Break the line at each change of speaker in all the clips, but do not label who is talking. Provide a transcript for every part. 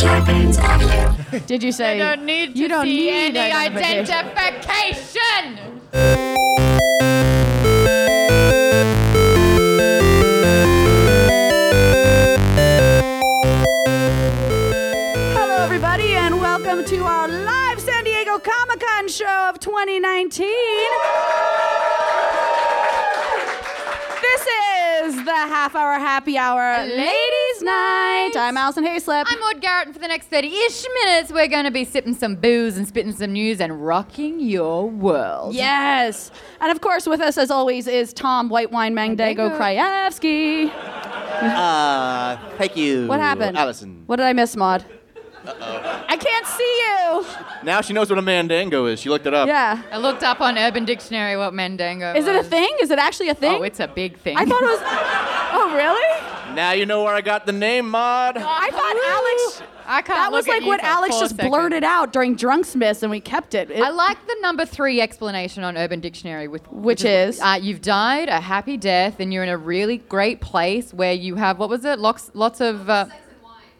disturbance of you.
Did you say?
You don't need to
You don't
see
need
any
identification.
identification.
Hello, everybody, and welcome to our live San Diego Comic Con show of 2019. this is the half hour happy hour ladies' night. I'm Allison Hayslip.
I'm Maud Garrett, and for the next 30-ish minutes, we're going to be sipping some booze and spitting some news and rocking your world.
Yes. And of course, with us as always is Tom White Wine Mandago
Mandago.
Krajewski.
Uh, thank you.
What happened?
Allison.
What did I miss, Maud? I can't see you.
Now she knows what a mandango is. She looked it
Oh.
up.
Yeah.
I looked up on Urban Dictionary what Mandango
Is it a
was.
thing? Is it actually a thing?
Oh, it's a big thing.
I thought it was. Oh, really?
Now you know where I got the name, Mod.
I thought Alex.
I can't
That was
look at
like
you
what
for
Alex
four
just
seconds.
blurted out during Drunksmiths, and we kept it. It-
I like the number three explanation on Urban Dictionary, with,
Which is?
uh, you've died a happy death, and you're in a really great place where you have what was it? Lots, lots of uh,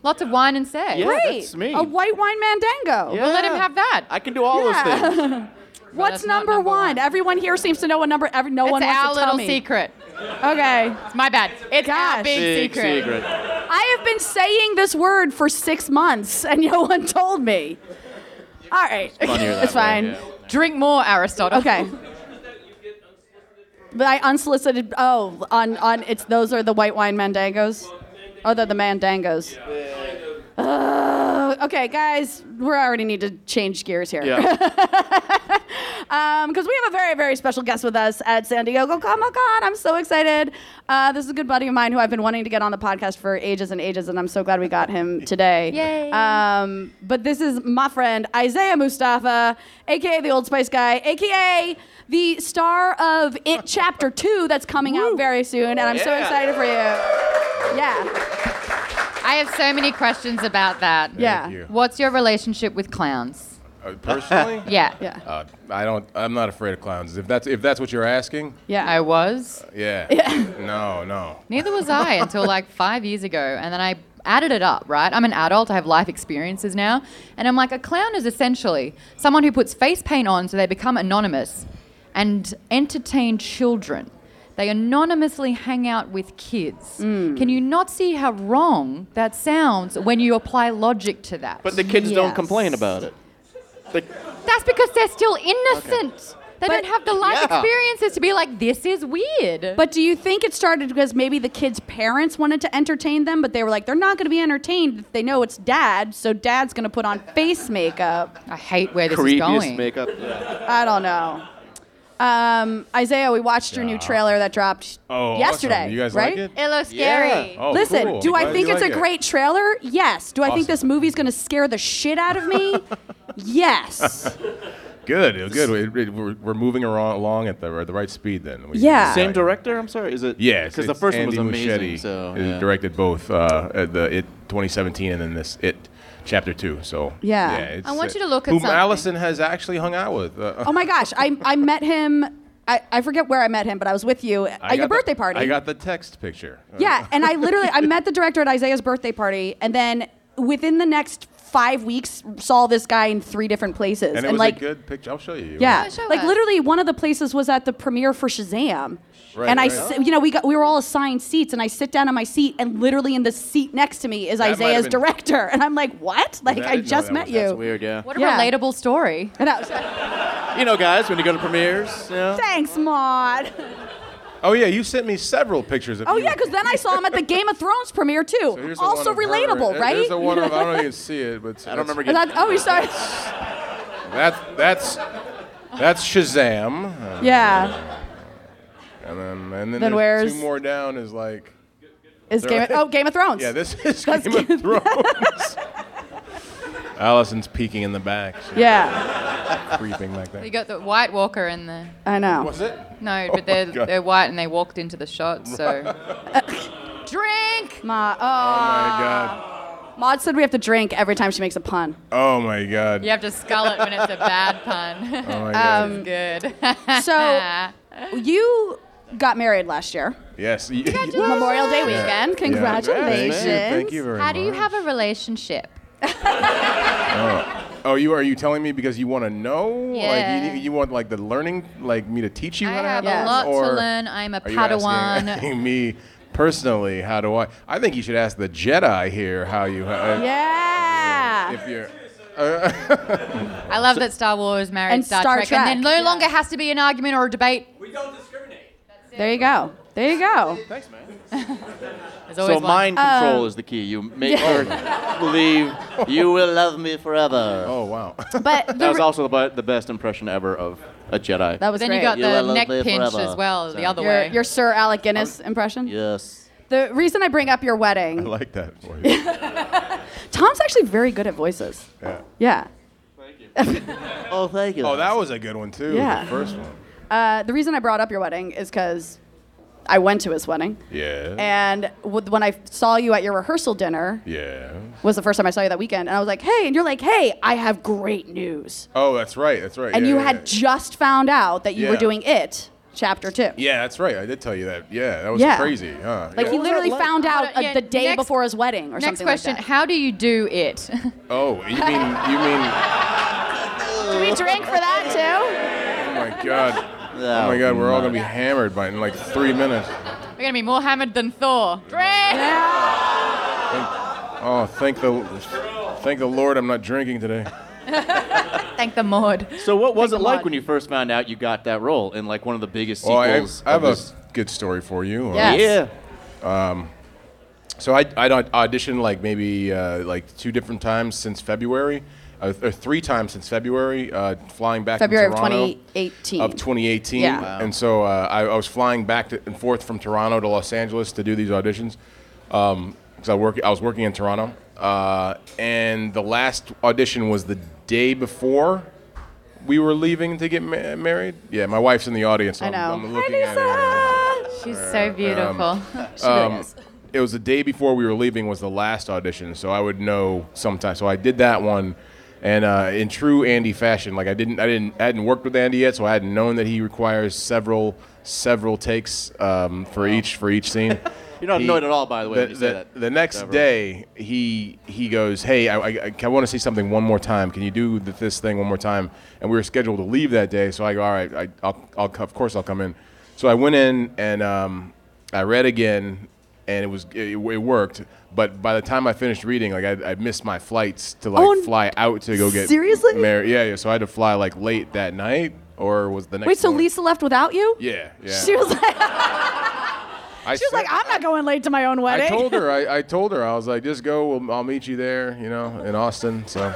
lots of wine and sex.
Yeah.
Great.
that's me.
A white wine mandango.
Yeah.
Let him have that.
I can do all
Yeah.
those things.
What's
that's not
number,
number
one?
one.
Everyone here seems to know what number. Every, no
it's
one wants
our
to
little
tell me.
secret.
Okay.
It's my bad. It's
Gosh.
our big,
Big
secret.
I have been saying this word for six months, and no one told me. All right.
Funnier that
it's
way,
fine.
yeah.
Drink more, Aristotle.
Okay. But I unsolicited. Oh, on on. It's those are the white wine mandangos. Oh, they're the mandangos. Ugh, okay, guys, we already need to change gears here.
Yeah.
because Um, we have a very, very special guest with us at San Diego Comic Con. I'm so excited. Uh, this is a good buddy of mine who I've been wanting to get on the podcast for ages and ages, and I'm so glad we got him today.
Yay.
Um, but this is my friend Isaiah Mustafa, aka the Old Spice guy, aka the star of It Chapter Two that's coming out very soon, and I'm so
Yeah.
excited for you. Yeah,
I have so many questions about that.
yeah,
you.
What's your relationship with clowns?
Uh, personally,
Yeah.
yeah,
uh, I don't. I'm not afraid of clowns. If that's if that's what you're asking,
yeah.
I was.
yeah. No, no.
Neither was I until like five years ago. And then I added it up, right? I'm an adult, I have life experiences now. And I'm like, a clown is essentially someone who puts face paint on so they become anonymous and entertain children. They anonymously hang out with kids.
Mm.
Can you not see how wrong that sounds when you apply logic to that?
But the kids don't
Yes.
complain about it. The-
That's because they're still innocent. They
But-
don't have the life
Yeah.
experiences to be like, this is weird.
But do you think it started because maybe the kids' parents wanted to entertain them, but they were like, they're not going to be entertained if they know it's dad, so dad's going to put on face makeup.
I hate where this is
creepiest
going.
makeup. Yeah.
I don't know. Um, Isaiah, we watched your new
Yeah.
trailer that dropped
Oh,
yesterday.
awesome. You guys
right?
like it?
it looks scary.
Yeah.
Oh,
Listen,
cool.
do I
Glad
think
you
it's
like
a
it.
great trailer? Yes. Do I think
Awesome.
this movie's going to scare the shit out of me? yes.
Good, uh, good. We- we- We're, we're moving along, along at the, at the right speed. Then. We-
Yeah.
Same director? I'm sorry. Is it?
Yeah, it's-
Because the
it's
first
Andy
one was amazing.
Muschietti
so
who
yeah.
directed both uh, uh, the It 2017 and then this It Chapter Two. So
Yeah.
it's,
I want
uh,
you to look at
whom
something.
Allison has actually hung out with. Uh,
Oh my gosh, I, I met him. I, I forget where I met him, but I was with you
I
at your
got the-
birthday party.
I got the text picture. Uh,
Yeah, and I literally I met the director at Isaiah's birthday party, and then within the next five weeks, saw this guy in three different places,
and it was
like.
a good picture. I'll show you.
yeah,
show
like
us.
literally one of the places was at the premiere for Shazam,
Right,
and I,
right.
s- you know, we got we were all assigned seats, and I sit down on my seat, and literally in the seat next to me is
might have
Isaiah's
been-
director, and I'm like, what? Like
That-
I
no,
just
that
met
was-
you.
that's
It's weird, yeah.
What a
Yeah.
relatable story.
And I was-
You know, guys, when you go to premieres, yeah.
Thanks, Maud.
Oh yeah, you sent me several pictures of.
Oh
you.
yeah, because then I saw him at the Game of Thrones premiere
So
too.
here's the one
also
of her.
relatable,
Here-
right?
Here's the one of, I don't know if you can see it, but
I don't remember
And
getting.
that- oh, you started.
That's that's that's Shazam, Uh,
Yeah.
and then and then,
Then
there's
where's-
two more down is like
Is Game of,
They're-
oh Game of Thrones?
yeah, this is
That's
Game of
Game-
Thrones. Allison's peeking in the back, she's
Yeah,
creeping like
You
that.
got the White Walker and the
I know.
Was it?
Uh,
no,
Oh
but they're
my God.
they're white and they walked into the shot. So drink.
Ma,
Oh
oh,
my god!
Maud said we have to drink every time she makes a pun.
Oh my god!
You have to skull it when it's a bad pun.
Oh my god!
um,
Good.
So you got married last year,
yes. y-
Memorial Day weekend.
Yeah. Yeah.
Congratulations!
Thank you. Thank you very
how do you
much.
have a relationship?
Oh, you are you telling me because you want to know?
Yeah.
Like you, you want like the learning, like me to teach you
I
how to
have
have
a
fun?
lot
or
to learn. I'm a
Are you asking-
Padawan.
asking me personally how do I? I think you should ask the Jedi here how you. Uh,
Yeah.
If you're. uh,
I love that Star Wars married
And
Star,
Star
Trek,
Trek,
and then
yeah.
no longer has to be an argument or a debate.
There you go. There you go.
There's
So
always one.
mind control
Um,
is the key. You make her believe you will love me forever.
Oh wow.
But
That
the
was also the, bu- the best impression ever of a Jedi.
that was
Then
great.
you got
You will
the
love
neck
me
pinch
forever.
as well, the
So-
other
your,
way.
your Sir Alec Guinness impression.
yes.
The reason I bring up your
Um, I
wedding,
like that voice.
Tom's actually very good at voices.
Yeah.
Yeah.
Oh, thank you.
Oh, that was a good one too.
Yeah.
The first one.
Uh, the reason I brought up your wedding is because I went to his wedding,
Yeah.
and w- when I saw you at your rehearsal dinner,
yeah.
was the first time I saw you that weekend, and I was like, "Hey," and you're like, "Hey, I have great news,"
Oh, that's right. That's right.
and
yeah,
you
yeah,
had
yeah.
just found out that you were
Yeah.
doing it, chapter two.
Yeah, that's right. I did tell you that. Yeah, that was
Yeah.
crazy. Huh?
Like
yeah.
he literally found out
Hold on,
uh,
yeah,
the day
next-
before his wedding or
Next
something
question:
like that.
How do you do it?
Oh, you mean you mean?
Do we drink for that
Oh my god. Oh my god, we're all gonna be hammered by in like three minutes.
We're gonna be more hammered than Thor.
too?
Drink.
Yeah.
Oh, thank the thank the Lord, I'm not drinking today.
Thank the Maud.
So what was
Thank the
it like
Lord.
when you first found out you got that role in like one of the biggest
Well, Oh, I,
sequels?
I have
of
a
this-
good story for you.
Yeah. Yes.
Yeah.
So I I don't- auditioned like maybe uh, like two different times since February, uh, or three times since February, uh, flying back from
February of
Toronto.
2018.
of 2018.
Yeah. Wow.
And so uh, I, I was flying back to, and forth from Toronto to Los Angeles to do these auditions because I work. I was working in Toronto, uh, and the last audition was the day before we were leaving to get ma- married. Yeah, my wife's in the audience. So
I know.
I'm, I'm
Hi,
looking at her.
Lisa.
She's so beautiful.
She really is.
It was the day before we were leaving was the last audition, so I would know sometime. So I did that one, and uh, in true Andy fashion, like I didn't, I didn't, I hadn't worked with Andy yet, so I hadn't known that he requires several, several takes um, for each for each scene.
You're not
He-
annoyed at all, by the way.
The,
when you say
the-
that.
the next
Several.
day, he he goes, "Hey, I, I, want to see something one more time. Can you do th- this thing one more time?" And we were scheduled to leave that day, so I go, "All right, I, I'll, I'll co- of course I'll come in." So I went in and um, I read again, and it was it, it worked. But by the time I finished reading, like I, I missed my flights to like
Oh, n-
fly out to go get
seriously?
married. Yeah, yeah. So I had to fly like late that night, or was the next
Wait, so
morning.
Lisa left without you?
Yeah, yeah.
She was like,
I
she was like,
said-
I'm not going late to my own wedding.
I told her. I, I told her. I was like, just go. We'll, I'll meet you there. You know, in Austin. So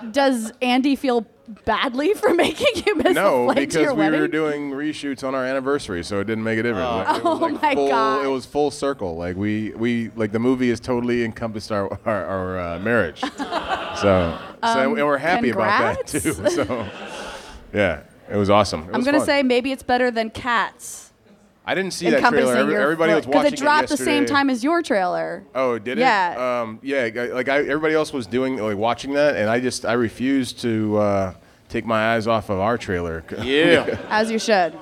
Do- does Andy feel badly for making you miss a
no,
flight to
because
your
we
wedding?
were doing reshoots on our anniversary, so it didn't make a difference. Like, it
Oh
was like
my
full,
God.
It was full circle. Like we we like the movie has totally encompassed our our, our uh, marriage. so, so and we're happy about that too.
Um, congrats.
So yeah, it was awesome. It
I'm
was
gonna
fun.
say maybe it's better than Cats
I didn't see that
encompassing
trailer. Every-
your
Everybody was watching
because it dropped the same
yesterday.
time as your trailer.
Oh, did it?
Yeah.
Um, yeah. g- Like I, everybody else was doing, like watching that, and I just I refused to uh, take my eyes off of our trailer.
Yeah.
As you should.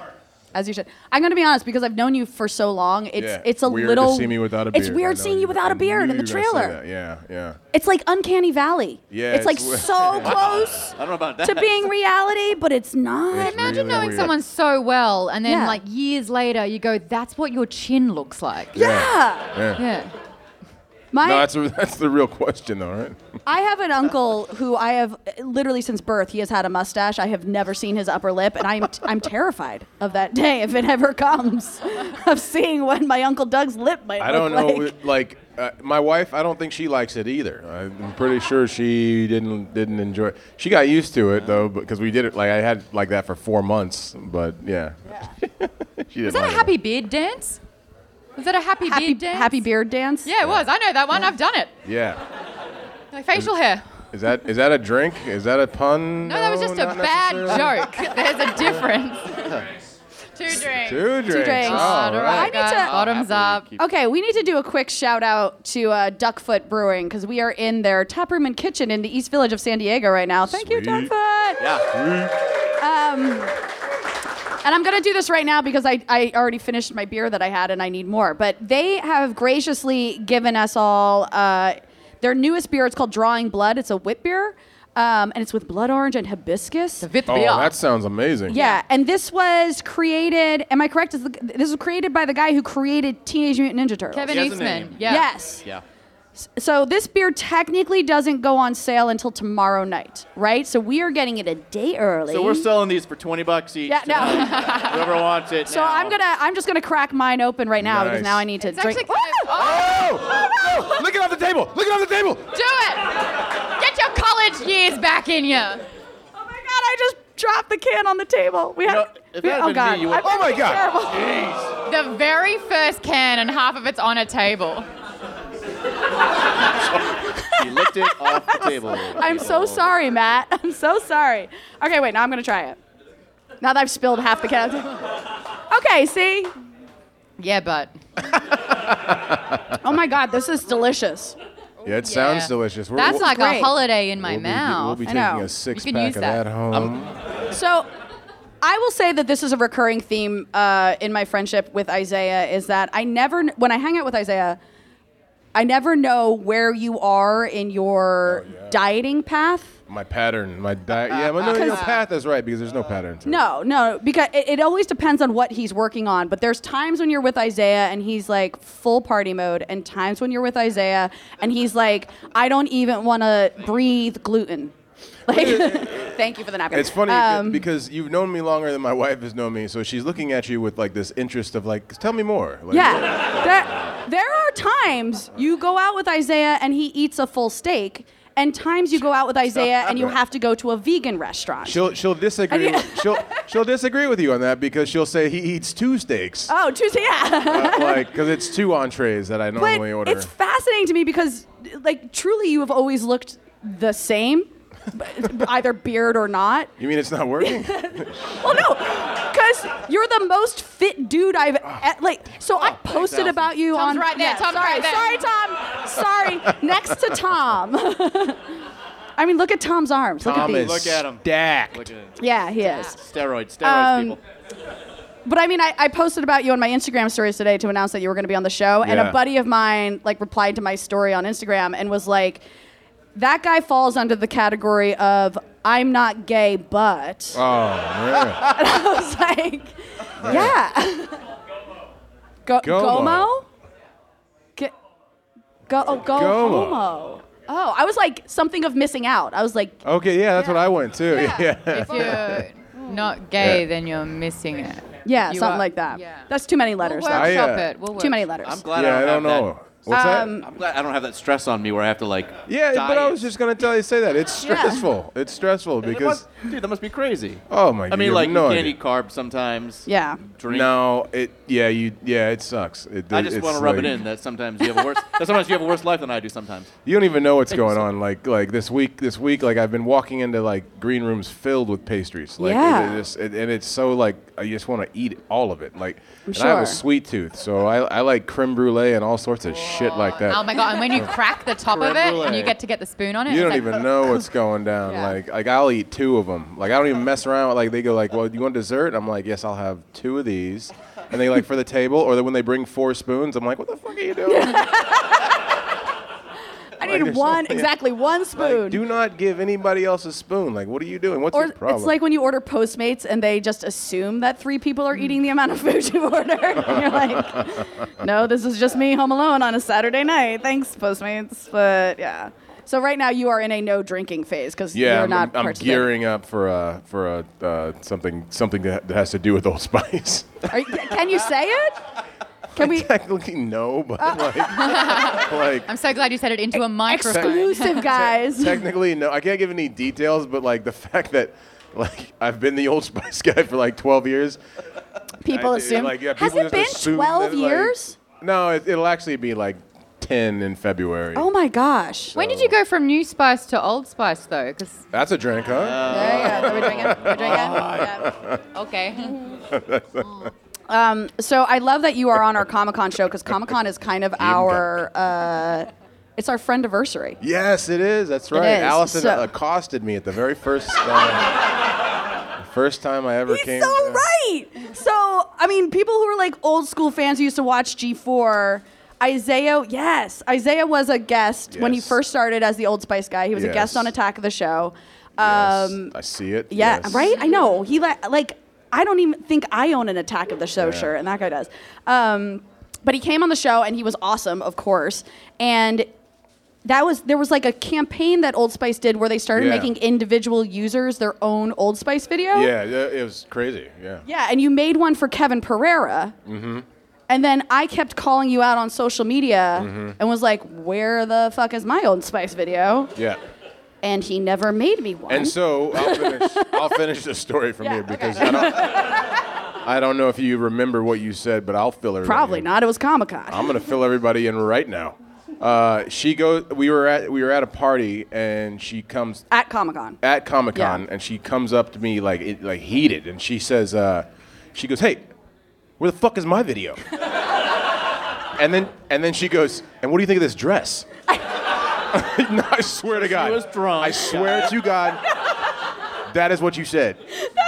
As you should. I'm gonna be honest because I've known you for so long. It's
Yeah,
it's a
weird
little
To see me without a beard.
It's
I
weird
know
seeing
you-
you without
I
a beard in
knew
the
you were gonna say
trailer.
that. Yeah, yeah.
It's like Uncanny Valley.
Yeah,
It's, like
it's w-
so close
I don't know about that.
to being reality, but it's not.
It's
Imagine
really
knowing
weird.
someone so well, and then
Yeah.
like years later, you go, "That's what your chin looks like."
Yeah.
Yeah.
Yeah.
My,
No, that's the- that's the real question, though, right?
I have an uncle who I have literally since birth. He has had a mustache. I have never seen his upper lip, and I'm I'm terrified of that day if it ever comes, of seeing when my uncle Doug's lip might.
I don't
look
know.
like.
it- Like uh, my wife, I don't think she likes it either. I'm pretty sure she didn't didn't enjoy. it. She got used to it though, because we did it. Like I had like that for four months, but yeah. she didn't
Was that
like
a
it.
happy beard dance? Was that a happy,
happy
beard dance?
happy beard dance.
Yeah, it was. I know that one. I've done it.
Yeah.
Like facial hair.
Is that is that a drink? Is that a pun?
No, that was just a
not
bad
necessarily.
joke. There's a difference. Two drinks.
Two drinks. Ah.
drinks.
All
All
right,
right.
I need to-
guys, bottoms up.
Okay, we need to do a quick shout out to uh, Duckfoot Brewing because we are in their taproom and kitchen in the East Village of San Diego right now. Thank you,
Sweet.
Duckfoot.
Yeah.
And I'm going to do this right now because I, I already finished my beer that I had and I need more. But they have graciously given us all. Uh, Their newest beer, it's called Drawing Blood. It's a whip beer, um, and it's with blood orange and hibiscus.
Vit
Oh,
beer.
that sounds amazing.
Yeah, and this was created. Am I correct? Is the, this was created by the guy who created Teenage Mutant Ninja Turtles?
Kevin
He has a
Eastman.
name.
Yeah.
Yes.
Yeah.
So this beer technically doesn't go on sale until tomorrow night, right? So we are getting it a day early.
So we're selling these for 20 bucks each.
Yeah, no.
Whoever wants it.
So I'm gonna, I'm just gonna crack mine open right now because
Nice.
now I need to
It's
drink.
actually kind of- oh,
Oh, oh, look it on the table. Look it on the table.
do it. Get your college years back in you.
oh my god! I just dropped the can on the table. We had.
know, if
we-
it had
oh
been
god!
me, you would-
I've been
Oh my God.
terrible.
The very first can and half of it's on a table.
He licked it off the table.
I'm so sorry, Matt. I'm so sorry. Okay, wait. Now I'm gonna try it. Now that I've spilled half the can. Okay. See.
Yeah, but
Oh my god! This is delicious.
Yeah, it
Yeah.
sounds delicious. We're-
that's
we'll-
like
Great.
a holiday in my
we'll be-
mouth.
We'll be
I know.
taking
You
a six
can
pack
use
of
that. Um,
that home.
So, I will say that this is a recurring theme uh, in my friendship with Isaiah is that I never, kn- when I hang out with Isaiah, I never know where you are in your
Oh, yeah.
dieting path.
My pattern, my diet. Yeah, but
uh,
no, your path is right because there's no pattern. To it.
No, no, because it, it always depends on what he's working on. But there's times when you're with Isaiah and he's like full party mode, and times when you're with Isaiah and he's like, I don't even want to breathe gluten. Like, thank you for the napkin.
It's funny
Um,
because you've known me longer than my wife has known me, so she's looking at you with like this interest of like, tell me more. Like,
Yeah. There, there are times you go out with Isaiah and he eats a full steak, and times you go out with Isaiah and you have to go to a vegan restaurant.
She'll she'll
And
disagree.
you-
with- she'll she'll disagree with you on that because she'll say he eats two steaks,
oh, Tuesday, yeah.
uh, like because it's two entrees that I
but
normally order.
it's fascinating to me because, like, truly, you have always looked the same. b- either beard or not.
you mean it's not working?
Well, Oh, no, because you're the most fit dude I've
Ah.
e- like. So
Oh,
I posted
9,000.
about you
Tom's
on
right there, Tom's
sorry,
right there.
Sorry, Tom. Sorry. Next to Tom. I mean, look at Tom's arms. look at
Tom
these.
is
Look at 'em.
stacked.
Look at it.
Yeah, he is.
Steroids, steroids,
Um,
people.
But I mean, I, I posted about you on my Instagram stories today to announce that you were going to be on the show, and a
Yeah.
buddy of mine like replied to my story on Instagram and was like, "That guy falls under the category of I'm not gay, but."
Oh man.
I was like, "Yeah, go
Gomo.
Gomo, Ge- go oh, go
Gomo.
homo." Oh, I was like something of missing out. I was like,
Okay, yeah, that's what I went too. Yeah.
If you're not gay,
Yeah.
then you're missing it.
yeah,
You
something
are-
like that.
yeah.
That's too many letters.
We'll
though.
I,
workshop
uh,
it. We'll work.
Too many letters.
I'm glad
yeah,
I
I
don't,
don't
have
know. What's
Um,
that?
That. I'm glad I don't have that stress on me where I have to like.
Yeah, but I
diet.
was just gonna tell you say that it's
Yeah.
stressful. It's stressful
It
because
must- dude, that must be crazy.
Oh my
I
God, you
mean,
have
like
no
you can't
idea.
eat carbs sometimes.
Yeah.
Drink.
no, it yeah you yeah it sucks. It,
I just
it's
want to rub
like-
it in that sometimes you have a worse. that sometimes you have a worse life than I do. Sometimes.
You don't even know what's going on. Like like this week this week like I've been walking into like green rooms filled with pastries. Like
Yeah.
it, it just, it- and it's so like I just want to eat all of it. Like and I have
sure.
a sweet tooth, so I, I like creme brulee and all sorts of shit like that.
Oh my god! And when you crack the top of it, and you get to get the spoon on it,
You don't
it's like, "Oh,
even know what's going down.
Yeah.
Like, like I'll eat two of them. Like, I don't even mess around. with Like, they go like, "Well, you want dessert?" I'm like, "Yes, I'll have two of these." And they like for the table, or then when they bring four spoons, I'm like, "What the fuck are you doing?"
I need
there's
one,
something-
exactly one spoon.
Like, do not give anybody else a spoon. Like, what are you doing? What's
or
your problem?
it's like when you order Postmates and they just assume that three people are eating the amount of food you ordered. and you're like, no, this is just me home alone on a Saturday night. Thanks, Postmates. But yeah. So right now you are in a no drinking phase because
yeah,
you're
I'm,
not
I'm
participating.
gearing up for a for a uh, something something that that has to do with Old Spice.
Are you- can you say it? Can we
Technically, no, but like, like
I'm so glad you said it into a microphone.
exclusive guys?
Technically, no. I can't give any details, but like the fact that like I've been the Old Spice guy for like 12 years.
people
I-
assume.
like, yeah,
Has
people
it
just
been
assume
12
that, like-
years?
no, it, it'll actually be like 10 in February.
oh my gosh.
When did you go from New Spice to Old Spice though? 'Cause-
That's a drink, huh?
Yeah, yeah. Are we drinking? Are we drinking?
Oh,
Yeah.
okay,
Um, so I love that you are on our Comic Con show because Comic Con is kind of our uh, it's our friend anniversary.
yes, it is. That's right.
is,
Allison uh,
so-
accosted me at the very first uh, first time I ever
He's
came.
so
uh,
right. So I mean, people who are like old school fans who used to watch G four. Isaiah, yes, Isaiah was a guest when he
Yes.
first started as the Old Spice guy. He was a guest
Yes.
on Attack of the Show.
Yes,
Um,
I see it.
yeah,
Yes.
right. I know he li- like. I don't even think I own an Attack of the Show
Yeah.
shirt, and that guy does. Um, but he came on the show, and he was awesome, of course. And that was there was like a campaign that Old Spice did where they started
Yeah.
making individual users their own Old Spice video.
Yeah, yeah, it was crazy. Yeah.
Yeah, and you made one for Kevin Pereira.
Mm-hmm.
And then I kept calling you out on social media
Mm-hmm.
and was like, "Where the fuck is my Old Spice video?"
Yeah.
And he never made me one.
And so I'll finish, I'll finish the story from
Yeah,
here
okay.
because I, don't, I don't know if you remember what you said, but I'll fill everybody
Probably
in.
not. It was Comic Con.
I'm gonna fill everybody in right now. Uh, she goes. We were at we were at a party and she comes
at Comic Con.
at Comic Con
Yeah.
and she comes up to me like it, like heated and she says, uh, she goes, "Hey, where the fuck is my video?" and then and then she goes, "And what do you think of this dress?" no, I swear to God,
was
Oh
drunk.
I swear to God, that is what you said.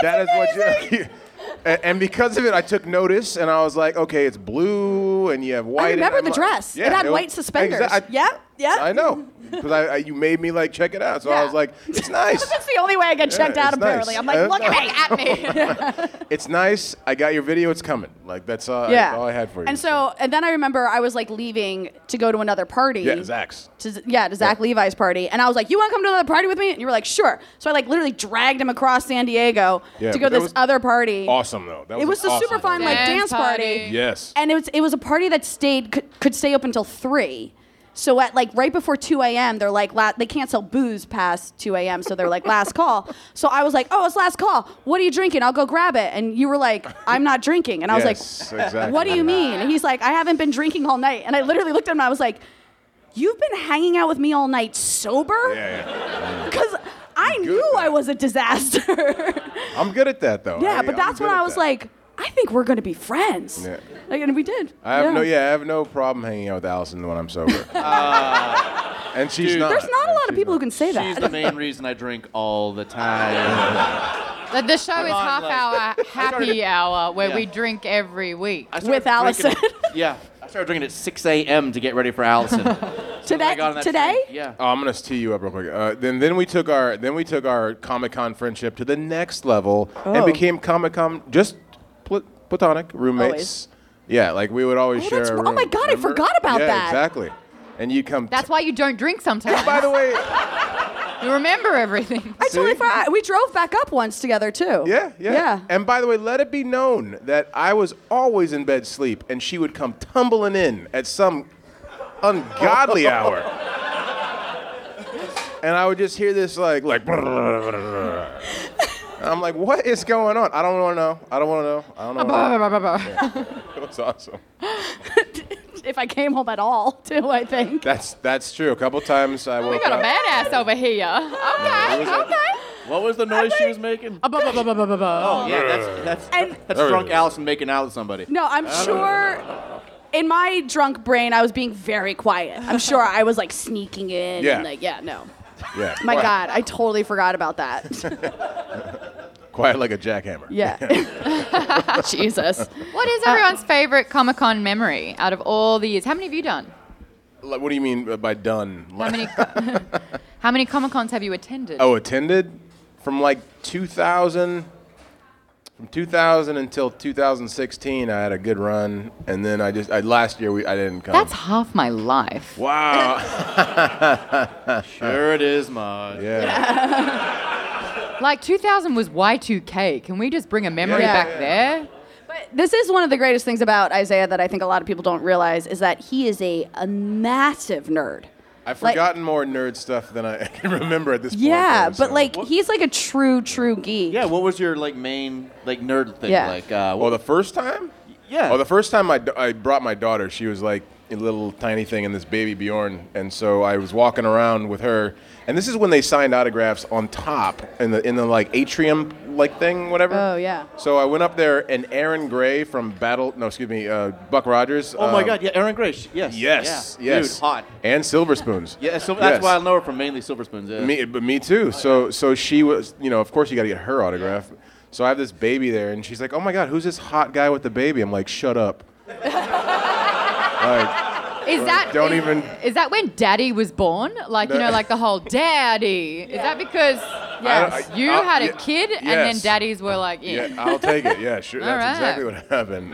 That is what you. And- And because of it, I took notice, and I was like, "Okay, it's blue, and you have white."
I
and
remember
I'm
the
like-
dress.
Yeah,
it had
was-
white suspenders.
Exa- I-
yep, yep.
I know, because I, I, you made me like check it out. So I
Yeah.
was like, "It's nice."
That's the only way I get
Yeah,
checked out.
it's nice.
Apparently, I'm like,
Uh,
look at me.
at me.
It's nice. I got your video. It's coming. Like that's all,
Yeah.
all I had for you.
And so, and then I remember I was like leaving to go to another party.
yeah, Zach's.
to yeah to Zach Levi's party, and I was like, "You want to come to another party with me?" And you were like, "Sure." So I like literally dragged him across San Diego
Yeah,
to go
but
to
that
this
was
other party.
Awesome though. That
It was
an
the
awesome
super fun
party.
like
Dance
dance party.
party.
Yes.
And it was it was a party that stayed could, could stay up until three. So at like right before 2 a.m., they're like la- they can't sell booze past 2 a.m. So they're like last call. So I was like, oh, it's last call. What are you drinking? I'll go grab it. And you were like, I'm not drinking. And I was
Yes,
like,
exactly.
what do you mean? And he's like, I haven't been drinking all night. And I literally looked at him and I was like, you've been hanging out with me all night sober?
yeah, yeah.
Because I
Good.
knew I was a disaster.
I'm good at that though.
Yeah,
I-
but
I'm
that's when
good at
I was
that.
like, I think we're gonna be friends.
Yeah.
Like, and we did.
I have no. Yeah, I have no problem hanging out with Allison when I'm sober. and she's
Dude.
not.
There's not a lot of
She's
people who
not.
can say
She's the
that.
main reason I drink all the time.
the, the show is
on,
half
like-
hour happy hour where
Yeah.
we drink every week.
I started
With Allison.
drinking- yeah, I started drinking at 6 a.m. to get ready for Allison. So when I
Today-
got on that
today?
train- yeah.
Oh, I'm gonna tee you up real quick. Uh, then, then we took our then we took our Comic Con friendship to the next level and
Oh.
became Comic Con just pl- platonic roommates.
Always.
Yeah, like we would always
Oh,
share.
that's
a
r- oh
room.
my God, I
Remember?
forgot about
yeah,
that.
Exactly. And you come.
That's why you don't drink sometimes.
By the way,
you remember everything.
I totally
See?
forgot. We drove back up once together too.
yeah, yeah,
Yeah.
And by the way, let it be known that I was always in bed sleep, and she would come tumbling in at some ungodly hour. And I would just hear this like like. I'm like, what is going on? I don't want to know. I don't want to know. I don't know.
Blah, blah, blah, blah, blah.
It was awesome.
if I came home at all, too, I think.
That's that's true. A couple times I
We
woke
got a
up.
badass over here. Okay, okay.
What was the noise she was making?
Ah, blah, blah, blah, blah, blah, blah.
Oh, yeah, that's that's
Oh, And
that's
There it
drunk
is.
Allison making out with somebody.
no, I'm sure. In my drunk brain, I was being very quiet. I'm sure I was like sneaking in.
Yeah.
And, like, yeah, no.
Yeah.
My
quiet,
God, I totally forgot about that.
Quiet like a jackhammer.
Yeah. Jesus.
What is everyone's favorite Comic Con memory out of all the years? How many have you done?
Like, what do you mean by done?
How many? how many Comic Cons have you attended?
Oh, attended from like 2000, from 2000 until 2016. I had a good run, and then I just I, last year we I didn't come.
That's half my life.
wow.
Sure it is, Mud.
yeah.
Like 2000 was Y2K. Can we just bring a memory
Yeah.
back
Yeah.
there?
But this is one of the greatest things about Isaiah that I think a lot of people don't realize is that he is a, a massive nerd.
I've
Like-
forgotten more nerd stuff than I can remember at this point.
Yeah,
though,
but
so.
like
What-
he's like a true, true geek.
Yeah, what was your like main like nerd thing?
Yeah.
Like uh
Well, the first time?
Yeah.
Oh, the first time I, I brought my daughter, she was like a little tiny thing in this baby Bjorn. And so I was walking around with her. And this is when they signed autographs on top in the, in the like atrium like thing, whatever.
Oh, yeah.
So I went up there and Aaron Gray from Battle, no, excuse me, uh, Buck Rogers.
Oh my
um,
god, yeah, Aaron Grace. Yes.
Yes,
yeah.
yes.
Dude, hot.
And Silver Spoons.
Yeah, so that's
Yes.
why I Oh, know her from mainly Silver Spoons. Yeah.
Me, but me too. So, so she was, you know, of course you got to get her autograph. So I have this baby there, and she's like, "Oh my God, who's this hot guy with the baby?" I'm like, "Shut up." like,
Is that
Don't
is-
even-
Is that when Daddy was born? Like you
No.
know, like the whole Daddy. Is that because yes,
I-
you
I-
had a
yeah,
kid and then
yes.
daddies were like, yeah,
Yeah, I'll take it. Yeah, sure.
All
That's
right.
exactly what happened.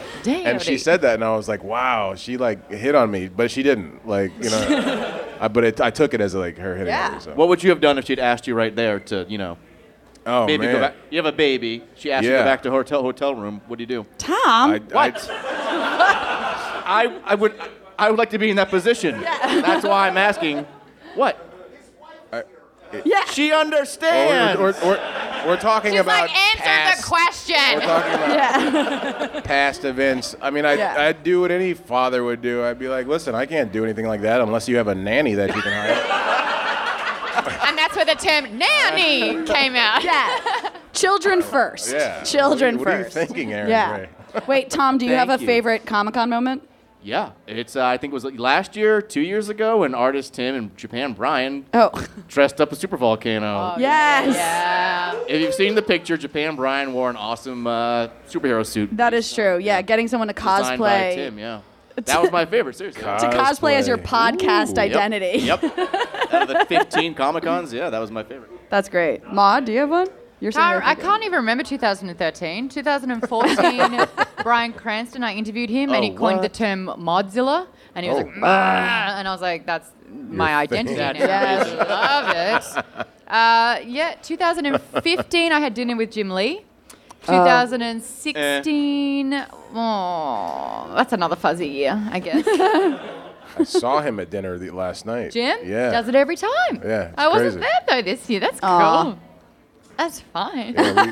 Daddy.
and she said that, and I was like, "Wow, she like hit on me," but she didn't. Like, you know, I, but it, I took it as like her hitting
Yeah.
on me. So.
What would you have done if she'd asked you right there to, you know,
oh
baby,
man,
go back? You have a baby. She asked you to
Yeah.
go back to her hotel hotel room. What do you do?
Tom,
I,
What? I, I would I would like to be in that position. That's why I'm asking. What?
yeah,
She
I,
understands.
oh, we're, we're, we're, we're talking
She's
about
like, answer
past,
the
We're
question.
talking about
yeah,
past events. I mean, I
Yeah.
I'd do what any father would do. I'd be like, "Listen, I can't do anything like that unless you have a nanny that you can hire."
And that's where the term nanny came out.
yeah. Children first.
yeah.
Children
what are you,
first.
What are you thinking, Aaron?
Yeah.
Gray?
Wait, Tom, do you have
Thank
a
you.
favorite Comic Con moment?
yeah, it's uh, I think it was last year, two years ago, when artist Tim and Japan Brian
Oh,
dressed up as Super Volcano.
yes.
Yeah.
If you've seen the picture, Japan Brian wore an awesome uh, superhero suit.
That is true. Yeah, getting someone to
designed by
cosplay.
Tim, yeah. That was my favorite, seriously.
God.
to cosplay as your
Cosplay.
podcast
Yep,
identity.
Yep. Out of the 15 Comic Cons, yeah, that was my favorite.
That's great. Ma, do you have one? You're sitting
I,
there
I
thinking.
can't even remember 2013. 2014, Brian Cranston, I interviewed him and
Oh,
he coined the
what?
term Modzilla. And he was
Oh.
like, "Ah," and I was like, that's my identity now.
thing.
I
That's
love it. Uh, yeah, 2015, I had dinner with Jim Lee.
Uh,
2016,
eh.
oh, that's another fuzzy year, I guess.
I saw him at dinner the, last night.
Jim
Yeah.
does it every time.
Yeah, it's
I wasn't
crazy.
there though this year. That's
Aw.
cool. That's fine.
Yeah,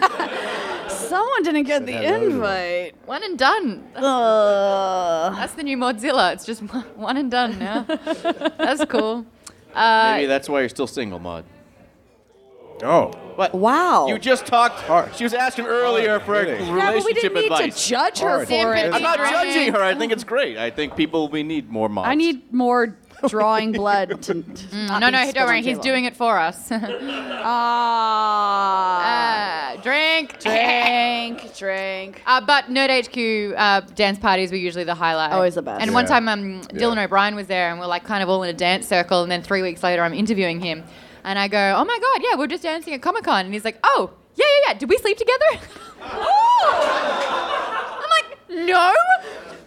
we-
Someone didn't get the
hello to them.
invite.
One and done.
Ugh.
That's the new Mozilla. It's just one and done now. That's cool. Uh,
Maybe that's why you're still single, Maud.
oh.
What?
Wow.
You just talked.
Hard.
She was asking earlier for
Yeah, but
yeah,
we
but we
relationship
didn't need
advice.
to judge her
Hard.
for it.
Sympathy.
I'm not
Right.
judging her. I think it's great. I think people we need more moms.
I need more drawing blood. To, not
no,
be
no,
spilled
don't
on
worry. He's
J-Lo.
doing it for us.
Ah.
uh, drink.
drink, drink.
Uh, but Nerd HQ uh, dance parties were usually the highlight.
Always the best.
And one
Yeah.
time, um, Dylan
Yeah.
O'Brien was there, and we're like kind of all in a dance circle. And then three weeks later, I'm interviewing him, and I go, "Oh my god, yeah, we're just dancing at Comic Con," and he's like, "Oh, yeah, yeah, yeah. Did we sleep together?" I'm like, "No,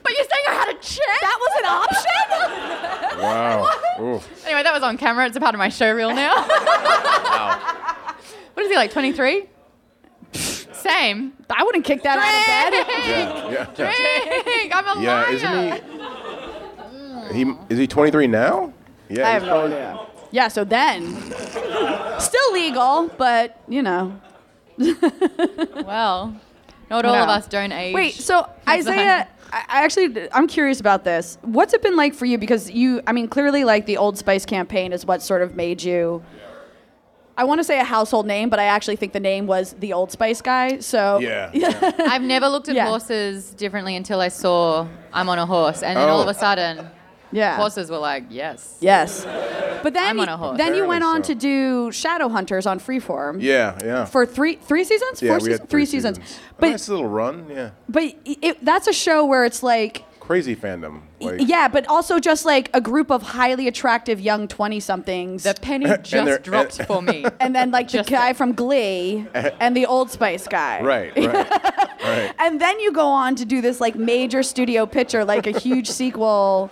but you're saying I had a chance."
That was an option?
Wow. Oof.
Anyway, that was on camera. It's a part of my show reel now. What is he like? 23? Same.
I wouldn't kick that out of bed.
Yeah. Yeah.
Dang, I'm a
Yeah,
liar.
isn't he? He is he 23 now? Yeah,
I have
he's
no
probably-
idea. Yeah, so then. Still legal, but, you know.
Well, not all
No.
of us don't age.
Wait, so Isaiah, I I actually, I'm curious about this. What's it been like for you? Because you, I mean, clearly, like the Old Spice campaign is what sort of made you. I want to say a household name, but I actually think the name was the Old Spice guy. So
Yeah. yeah.
I've never looked at
Yeah.
horses differently until I saw I'm on a horse, and then all of
Oh.
a sudden,
yeah.
horses were like, yes.
Yes. But then,
I'm on a horse.
then you went on
Apparently so.
to do Shadow Hunters on Freeform.
Yeah. Yeah.
For three three seasons,
yeah,
four
we had
seasons, three, seasons.
But
But
a nice little run. Yeah.
but i- it, that's a show where it's like
Crazy fandom. Like,
yeah, but also just like a group of highly attractive young 20 somethings.
The penny
they're-
just dropped for me.
and then like the
Just
guy from Glee and the Old Spice guy.
Right. Right. right.
And then you go on to do this like major studio picture, like a huge sequel uh,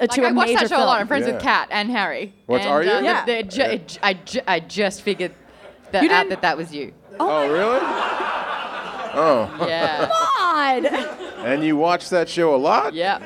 Like,
to a
I watched
major
that show a
film.
lot. I'm friends with
Yeah.
Kat and Harry.
What's-
and,
are you?
uh, the-
Yeah.
the ju- it ju- I, ju- I just figured that
You
out
didn't-
that that was you.
Oh, really? Oh.
Yeah.
God.
And you watch that show a lot?
Yep.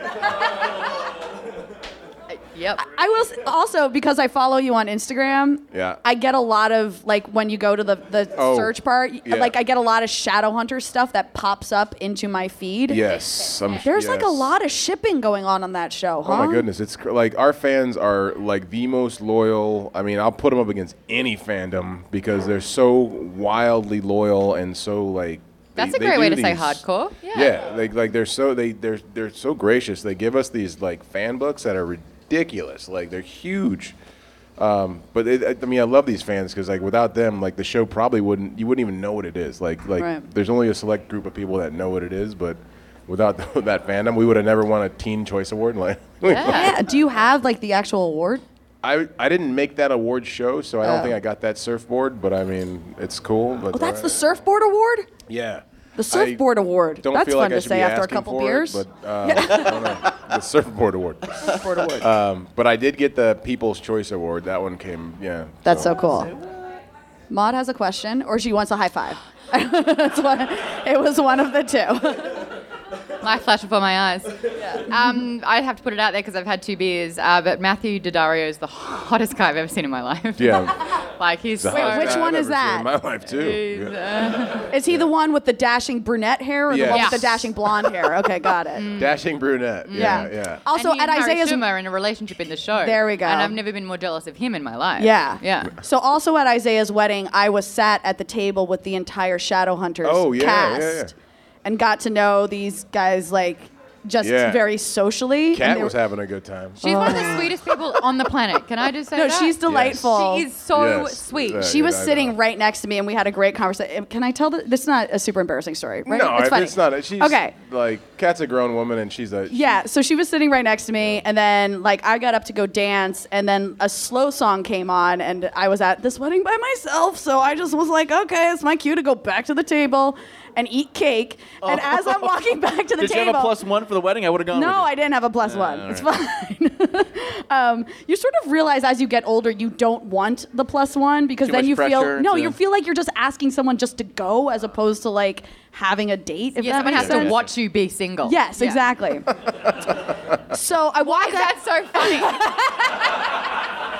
Uh, yep.
I will s- also because I follow you on Instagram.
Yeah.
I get a lot of like when you go to the the
Oh,
search part, y-
yeah.
like I get a lot of Shadowhunter stuff that pops up into my feed.
Yes. I'm,
There's like a
yes.
lot of shipping going on on that show, huh?
Oh my goodness, it's cr- like our fans are like the most loyal. I mean, I'll put them up against any fandom because they're so wildly loyal and so like. they-
That's a
they
great
do
way to say
these-
hardcore. Yeah.
Yeah, like like they're so they they're they're so gracious. They give us these like fan books that are ridiculous. Like they're huge. Um, but it, I mean, I love these fans because like without them, like the show probably wouldn't you wouldn't even know what it is. Like like
Right.
there's only a select group of people that know what it is, but without that fandom, we would have never won a Teen Choice Award. Like,
Yeah.
Yeah. Do you have like the actual award?
I, I didn't make that award show, so I don't
Oh.
think I got that surfboard. But I mean, it's cool. But
Oh, that's the surfboard award.
yeah. I
The surfboard award.
Don't
that's
feel
fun
like I
to
should
say
be
after a
asking
couple
for it,
beers.
but uh, I don't know. the surfboard award.
surfboard award.
Um, but I did get the People's Choice Award. That one came. Yeah.
That's so cool. Maud has a question, or she wants a high five. That's one- it was one of the two.
Life flash before my eyes. Um, I'd have to put it out there because I've had two beers, uh, but Matthew Daddario is the hottest guy I've ever seen in my life.
Yeah.
Like he's so
Wait, which
I've
one
ever
is
seen
that?
In my life too.
he's,
Yeah.
uh,
Is he the one with the dashing brunette hair, or the one
Yes.
with the dashing blonde hair? Okay, got it. Mm.
Dashing brunette. Yeah. Yeah.
Also,
and he
at
and Harry
Isaiah's.
Schumer in a relationship in the show.
There we go.
And I've never been more jealous of him in my life.
Yeah.
Yeah.
So also at Isaiah's wedding, I was sat at the table with the entire Shadowhunters
Oh, yeah, yeah,
cast
yeah.
and got to know these guys like just
Yeah.
very socially. and
Cat
they
was
were-
having a good time.
She's one of the sweetest people on the planet. Can I just say
No,
that?
she's delightful.
She is so
Yes.
sweet.
Yeah.
She was
I know.
sitting right next to me, and we had a great conversation. Can I tell that this is not a super embarrassing story? Right?
No,
it's
it's,
funny.
it's not. She's
okay.
Like Cat's a grown woman, and she's a.
Yeah, so she was sitting right next to me, and then like I got up to go dance, and then a slow song came on, and I was at this wedding by myself, so I just was like, okay, it's my cue to go back to the table and eat cake. And as I'm walking back to the
Oh. Did you
table,
have a plus one for the wedding? I would have gone.
no,
with
I didn't have a plus one.
all
It's fine. um, you sort of realize as you get older, you don't want the plus one because
Too
then
much
you feel
pressure
no,
to-
you feel like you're just asking someone just to go as opposed to like having a date. If
Yeah,
that
someone
makes
has
sense.
to watch you be single.
Yes,
Yeah.
exactly. so I
Why
walked
is
out.
that so funny?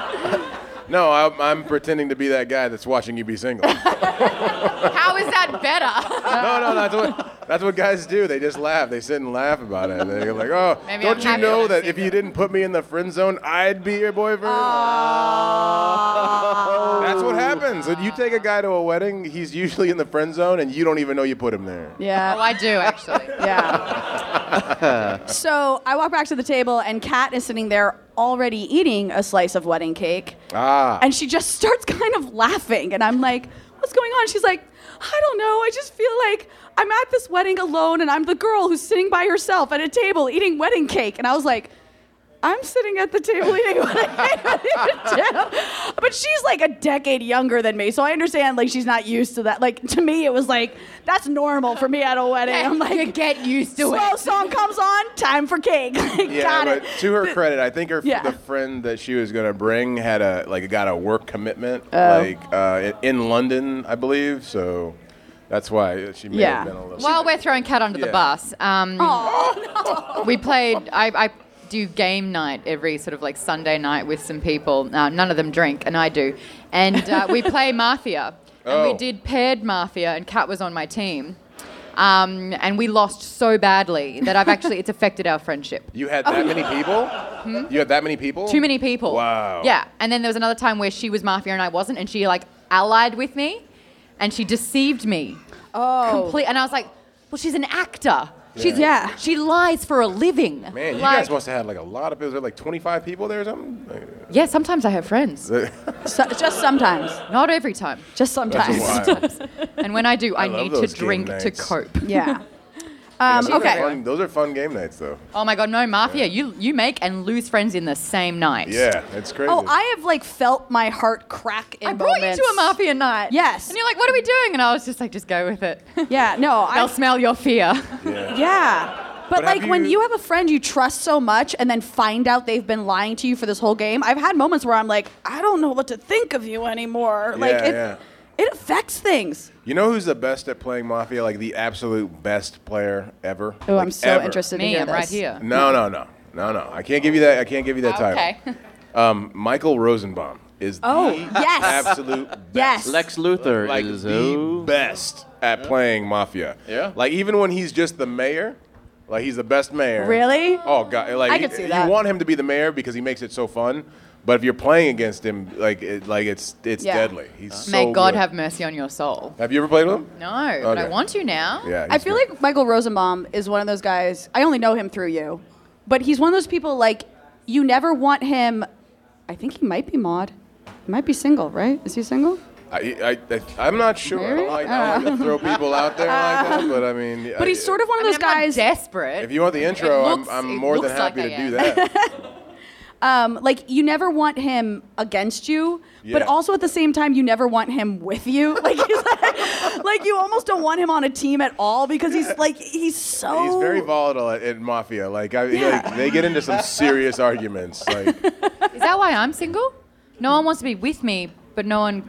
No, I'm, I'm pretending to be that guy that's watching you be single. no,
How is that better?
no, that's what that's what guys do. They just laugh. They sit and laugh about it. They're like, oh,
Maybe
don't
I'm
you
happy
know
when I'm
that if you didn't put me in the friend zone, I'd be your boyfriend. That's what happens. When you take a guy to a wedding, he's usually in the friend zone, and you don't even know you put him there.
oh,
Yeah.
I do actually.
Yeah. so I walk back to the table, and Kat is sitting there already eating a slice of wedding cake.
Ah.
And she just starts kind of laughing. And I'm like, what's going on? She's like, I don't know. I just feel like I'm at this wedding alone and I'm the girl who's sitting by herself at a table eating wedding cake. And I was like, I'm sitting at the table eating wedding cake. What do you do? But she's like a decade younger than me. So I understand like she's not used to that. Like to me, it was like, that's normal for me at a wedding. I'm
you
like,
get used to
slow
it.
song comes on, time for cake. Like,
Yeah,
got
but
it.
to her credit, I think her
Yeah.
the friend that she was gonna bring had a like got a work commitment
Oh.
like uh, i- in London, I believe. So that's why she may
Yeah.
have been a little.
While we're throwing Kat under the
Yeah.
bus, um, we played. I, I do game night every sort of like Sunday night with some people. Uh, none of them drink, and I do. And uh, we play Mafia. And
Oh.
we did paired Mafia, and Kat was on my team. Um, and we lost so badly that I've actually, it's affected our friendship.
you had
Oh,
that many people.
Hmm?
You had that many people.
Too many people.
Wow.
Yeah. And then there was another time where she was mafia and I wasn't, and she like allied with me, and she deceived me. Oh. Complete. And I was like, well, she's an actor. She's
Yeah. Yeah.
She lies for a living.
Man, you
Like-
guys must have had like a lot of people. there Like 25 people there or something. Like,
Yeah. Sometimes I have friends.
So- just sometimes.
Not every time.
Just sometimes.
that's wild.
And when I do, I,
love
need to
those game
drink to
nights.
cope.
Yeah. Um,
Those are
okay.
fun- those are fun game nights though.
Oh my God, no mafia. You you make and lose friends in the same night.
Yeah, it's crazy.
Oh, I have like felt my heart crack in
I brought
moments.
you to a mafia night.
Yes.
And you're like, what are we doing? And I was just like, just go with it.
Yeah, no, I.
They'll smell your fear.
Yeah.
yeah. But,
But have
like when
you-
you have a friend you trust so much and then find out they've been lying to you for this whole game, I've had moments where I'm like, I don't know what to think of you anymore. Like
Yeah,
it,
yeah.
it affects things.
You know who's the best at playing mafia? Like the absolute best player ever.
Oh, I'm
Like,
so
ever.
interested to
me,
hear
I'm
this.
right here.
No, no, no, no, no. I can't give you that. I can't give you that title.
Okay.
Um, Michael Rosenbaum is
Oh,
the
yes.
absolute best.
Yes.
it. Lex Luthor
Like
is
the
who?
best at playing mafia.
Yeah.
Like even when he's just the mayor, like he's the best mayor.
Really?
Oh god. Like
I could
you-
see that.
You want him to be the mayor because he makes it so fun. But if you're playing against him, like it, like it's it's
Yeah.
deadly. He's so
May God
good.
have mercy on your soul.
Have you ever played with him?
No, but I
Okay.
want to now.
Yeah.
I
he's
feel
good.
like Michael Rosenbaum is one of those guys. I only know him through you, but he's one of those people like you never want him. I think he might be mod. He might be single, right? Is he single?
I, I, I, am not sure. I don't, like, I don't like to throw people out there like that, but I mean.
But
I-
he's sort of one
I
of
mean,
those
I'm not
guys.
desperate.
If you want the intro,
looks-
I'm, I'm
it
more than
looks like
happy
I
to do
am.
that.
um, like you never want him against you, but
Yeah.
also at the same time you never want him with you. Like, he's like, like, you almost don't want him on a team at all because he's like he's so
He's very volatile at, at Mafia. Like, I,
Oh. Yeah.
like, they get into some serious arguments. Like,
Is that why I'm single? No one wants to be with me, but no one.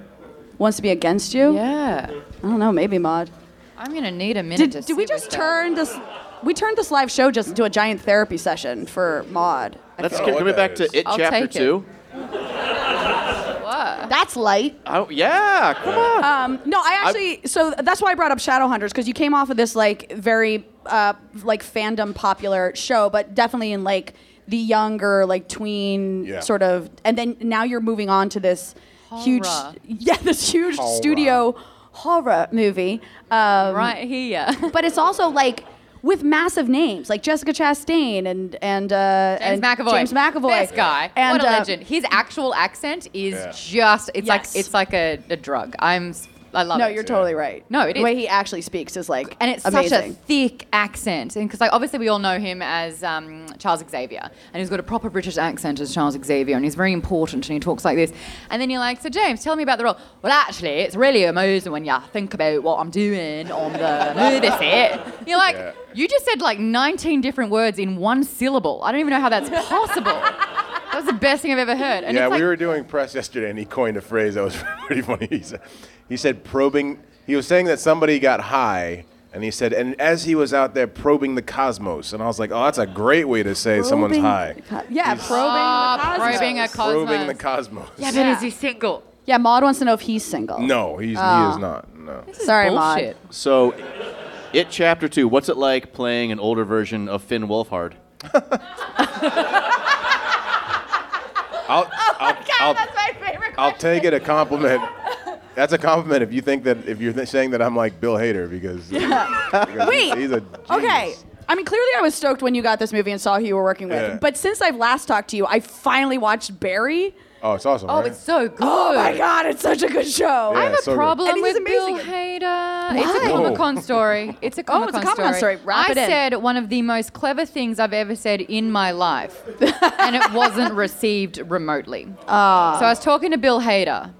wants to be against you.
Yeah.
I don't know, maybe Maud.
I'm gonna need a minute
Did,
to.
did we
sit with
just
that.
turn this? We turned this live show just into a giant therapy session for Maud. I
Let's
feel.
get-
get,
what
get back
that is.
to it
I'll
chapter
take it.
two.
What?
That's light.
Oh yeah, come on.
Um, no, I actually. so that's why I brought up Shadowhunters because you came off of this like very uh, like fandom popular show, but definitely in like the younger like tween
Yeah.
sort of, and then now you're moving on to this huge,
Horror.
yeah, this huge
Horror.
studio horror movie. Um,
Right here.
but it's also like with massive names like Jessica Chastain and and uh,
James
and
McAvoy.
James McAvoy,
This guy.
and
what a
uh,
legend. His actual accent is
Yeah.
just it's
Yes.
like it's like a, a drug. I'm s- I love
no,
it.
you're totally right.
No, it
the
is.
way he actually speaks is like
and it's
amazing.
such a thick accent, and because like obviously we all know him as um, Charles Xavier, and he's got a proper British accent as Charles Xavier, and he's very important, and he talks like this. And then you're like, so James, tell me about the role. Well, actually, it's really amazing when you think about what I'm doing on the movie set. You're like,
Yeah.
you just said like 19 different words in one syllable. I don't even know how that's possible. that was the best thing I've ever heard. And
yeah,
it's like,
we were doing press yesterday, and he coined a phrase that was pretty funny. He said, he said probing. He was saying that somebody got high, and he said, and as he was out there probing the cosmos, and I was like, oh, that's a great way to say someone's
Probing
high.
the co- yeah,
He's-
probing
"Ah,
the cosmos.
probing a cosmos.
Probing the cosmos.
yeah, but
Yeah.
is he single?
Yeah, Maud wants to know if he's single.
No, he's, he
Oh.
is not. No.
Sorry, Maud.
Bullshit.
So, it chapter two. What's it like playing an older version of Finn Wolfhard?
Oh
I'll, I'll, I'll,
my favorite.
I'll take it a compliment. That's a compliment if you think that if you're th- saying that I'm like Bill Hader because, because
Wait.
he's, he's a
Okay.
genius.
I mean, clearly I was stoked when you got this movie and saw who you were working with.
Yeah.
But since I've last talked to you, I finally watched Barry.
Oh, it's awesome.
Oh,
right?
it's so good.
Oh my god, it's such a good show.
Yeah,
I have
it's
a
so good.
problem
And he's
with Bill
amazing. Oh,
Hader. It's a
Why?
Comic Con story. It's a Comic Con
Comic-Con story. Wrap
I
it in.
said one of the most clever things I've ever said in my life, and it wasn't received remotely.
Ah.
So I was talking to Bill Hader,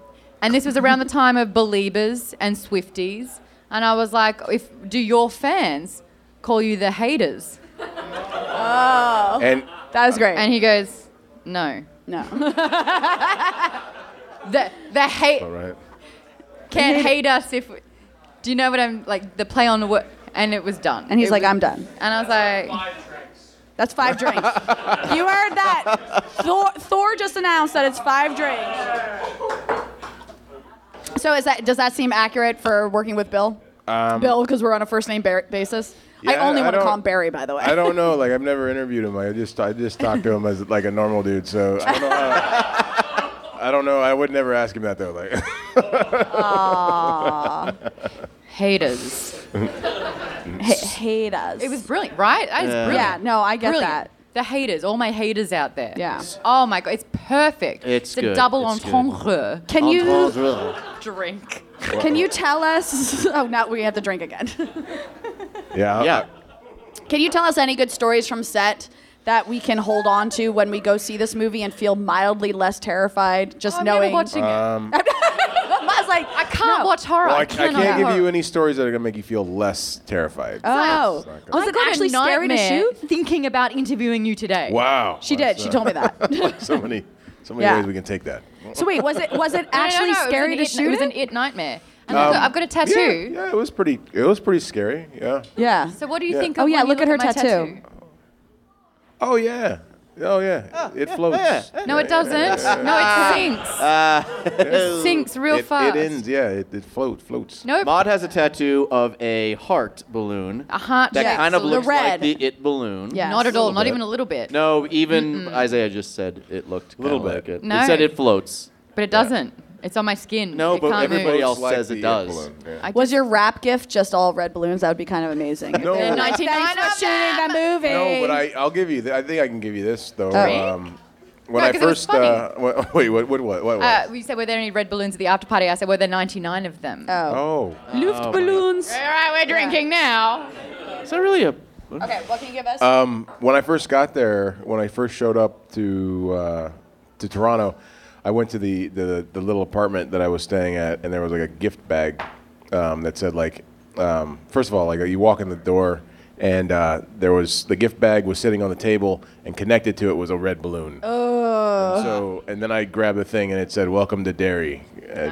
and this was around the time of Believers and Swifties, and I was like, "If do your fans call you the haters?"
and
That was great.
And he goes, "No,
no.
the the hate."
all right.
can't hate us if. We, do you know what I'm like? The play on the word, and it was done.
And he's
It
like,
was-
I'm done.
And I was like,
That's five drinks. you heard that. Thor, Thor just announced that it's five drinks. So is that does that seem accurate for working with Bill? Bill, because we're on a first name bar- basis. I
Um, Yeah,
only
I
want to call
don't-
him Barry, by the way.
I don't know. Like I've never interviewed him. Like, I just I just talked to him as like a normal dude. So I don't know. How, I don't know. I would never ask him that though. Like
haters.
Ha- hate us.
It was brilliant, right? That is
yeah.
brilliant.
No, I get
Brilliant.
that.
The haters, all my haters out there.
Yeah.
Oh my god, it's perfect.
It's
a
good.
double
It's good.
entendre
Can you
drink.
can you tell us? Oh, now we have to drink again.
yeah.
yeah.
Can you tell us any good stories from set that we can hold on to when we go see this movie and feel mildly less terrified just
I'm Oh, never
knowing?
watching it.
I was like,
I can't
no.
watch horror.
Um, Well, I, I
I, cannot
can't give
horror.
you any stories that are gonna make you feel less terrified.
Oh,
It's not good.
was
I
it
got a
actually scary to
nightmare
shoot?
Thinking about interviewing you today.
wow.
She did. She told me that.
that. so many, so many
Yeah.
ways we can take that.
So wait, was it was it
No, no, no,
actually
no, it was
scary
an
to
it,
shoot
It was
it? e-,
an it nightmare. And I've, got, I've got a
Yeah,
tattoo.
Um, Yeah, it was pretty. It was pretty scary. Yeah.
yeah.
So what do you
Yeah.
think?
Oh,
of
yeah,
when you
look at her
my
tattoo.
Oh yeah. Oh yeah. it floats.
No, it doesn't. No, it sinks. it sinks real
it,
fast.
It ends. Yeah. It, it float floats.
No, it-
Maud has a tattoo of a heart balloon.
A heart
that
shape.
kind of
The
looks
red.
like the it balloon.
Yeah.
not at all. Not
bit.
even a little bit.
No, even Isaiah just said it looked a
Little bit.
like it.
No.
He said it floats.
But it doesn't. It's on my skin.
No,
it
but
can't
everybody
move.
else
Floats
says
like
it
the air
does.
balloon, yeah.
I
was
just-
your wrap gift just all red balloons? That would be kind of amazing.
No.
They're
Thanks
99
Thanks for
of
shooting
them.
that movie.
No, but I, I'll give you. Th- I think I can give you this though.
Oh.
Um, when
No,
I
'cause it was
first
funny.
uh, wha- wait, what what what what was?
Uh, you said, were there any red balloons at the after party? I said, were there 99 of them?
oh,
Oh, my
Luft
God.
balloons.
All right, we're drinking now.
Is that really a?
Okay, what can you give us?
um, when I first got there, when I first showed up to uh, to Toronto, I went to the, the the little apartment that I was staying at, and there was like a gift bag um, that said like, um, first of all, like you walk in the door, and uh, there was the gift bag was sitting on the table, and connected to it was a red balloon. Oh. so and then I grabbed the thing, and it said, "Welcome to Dairy." At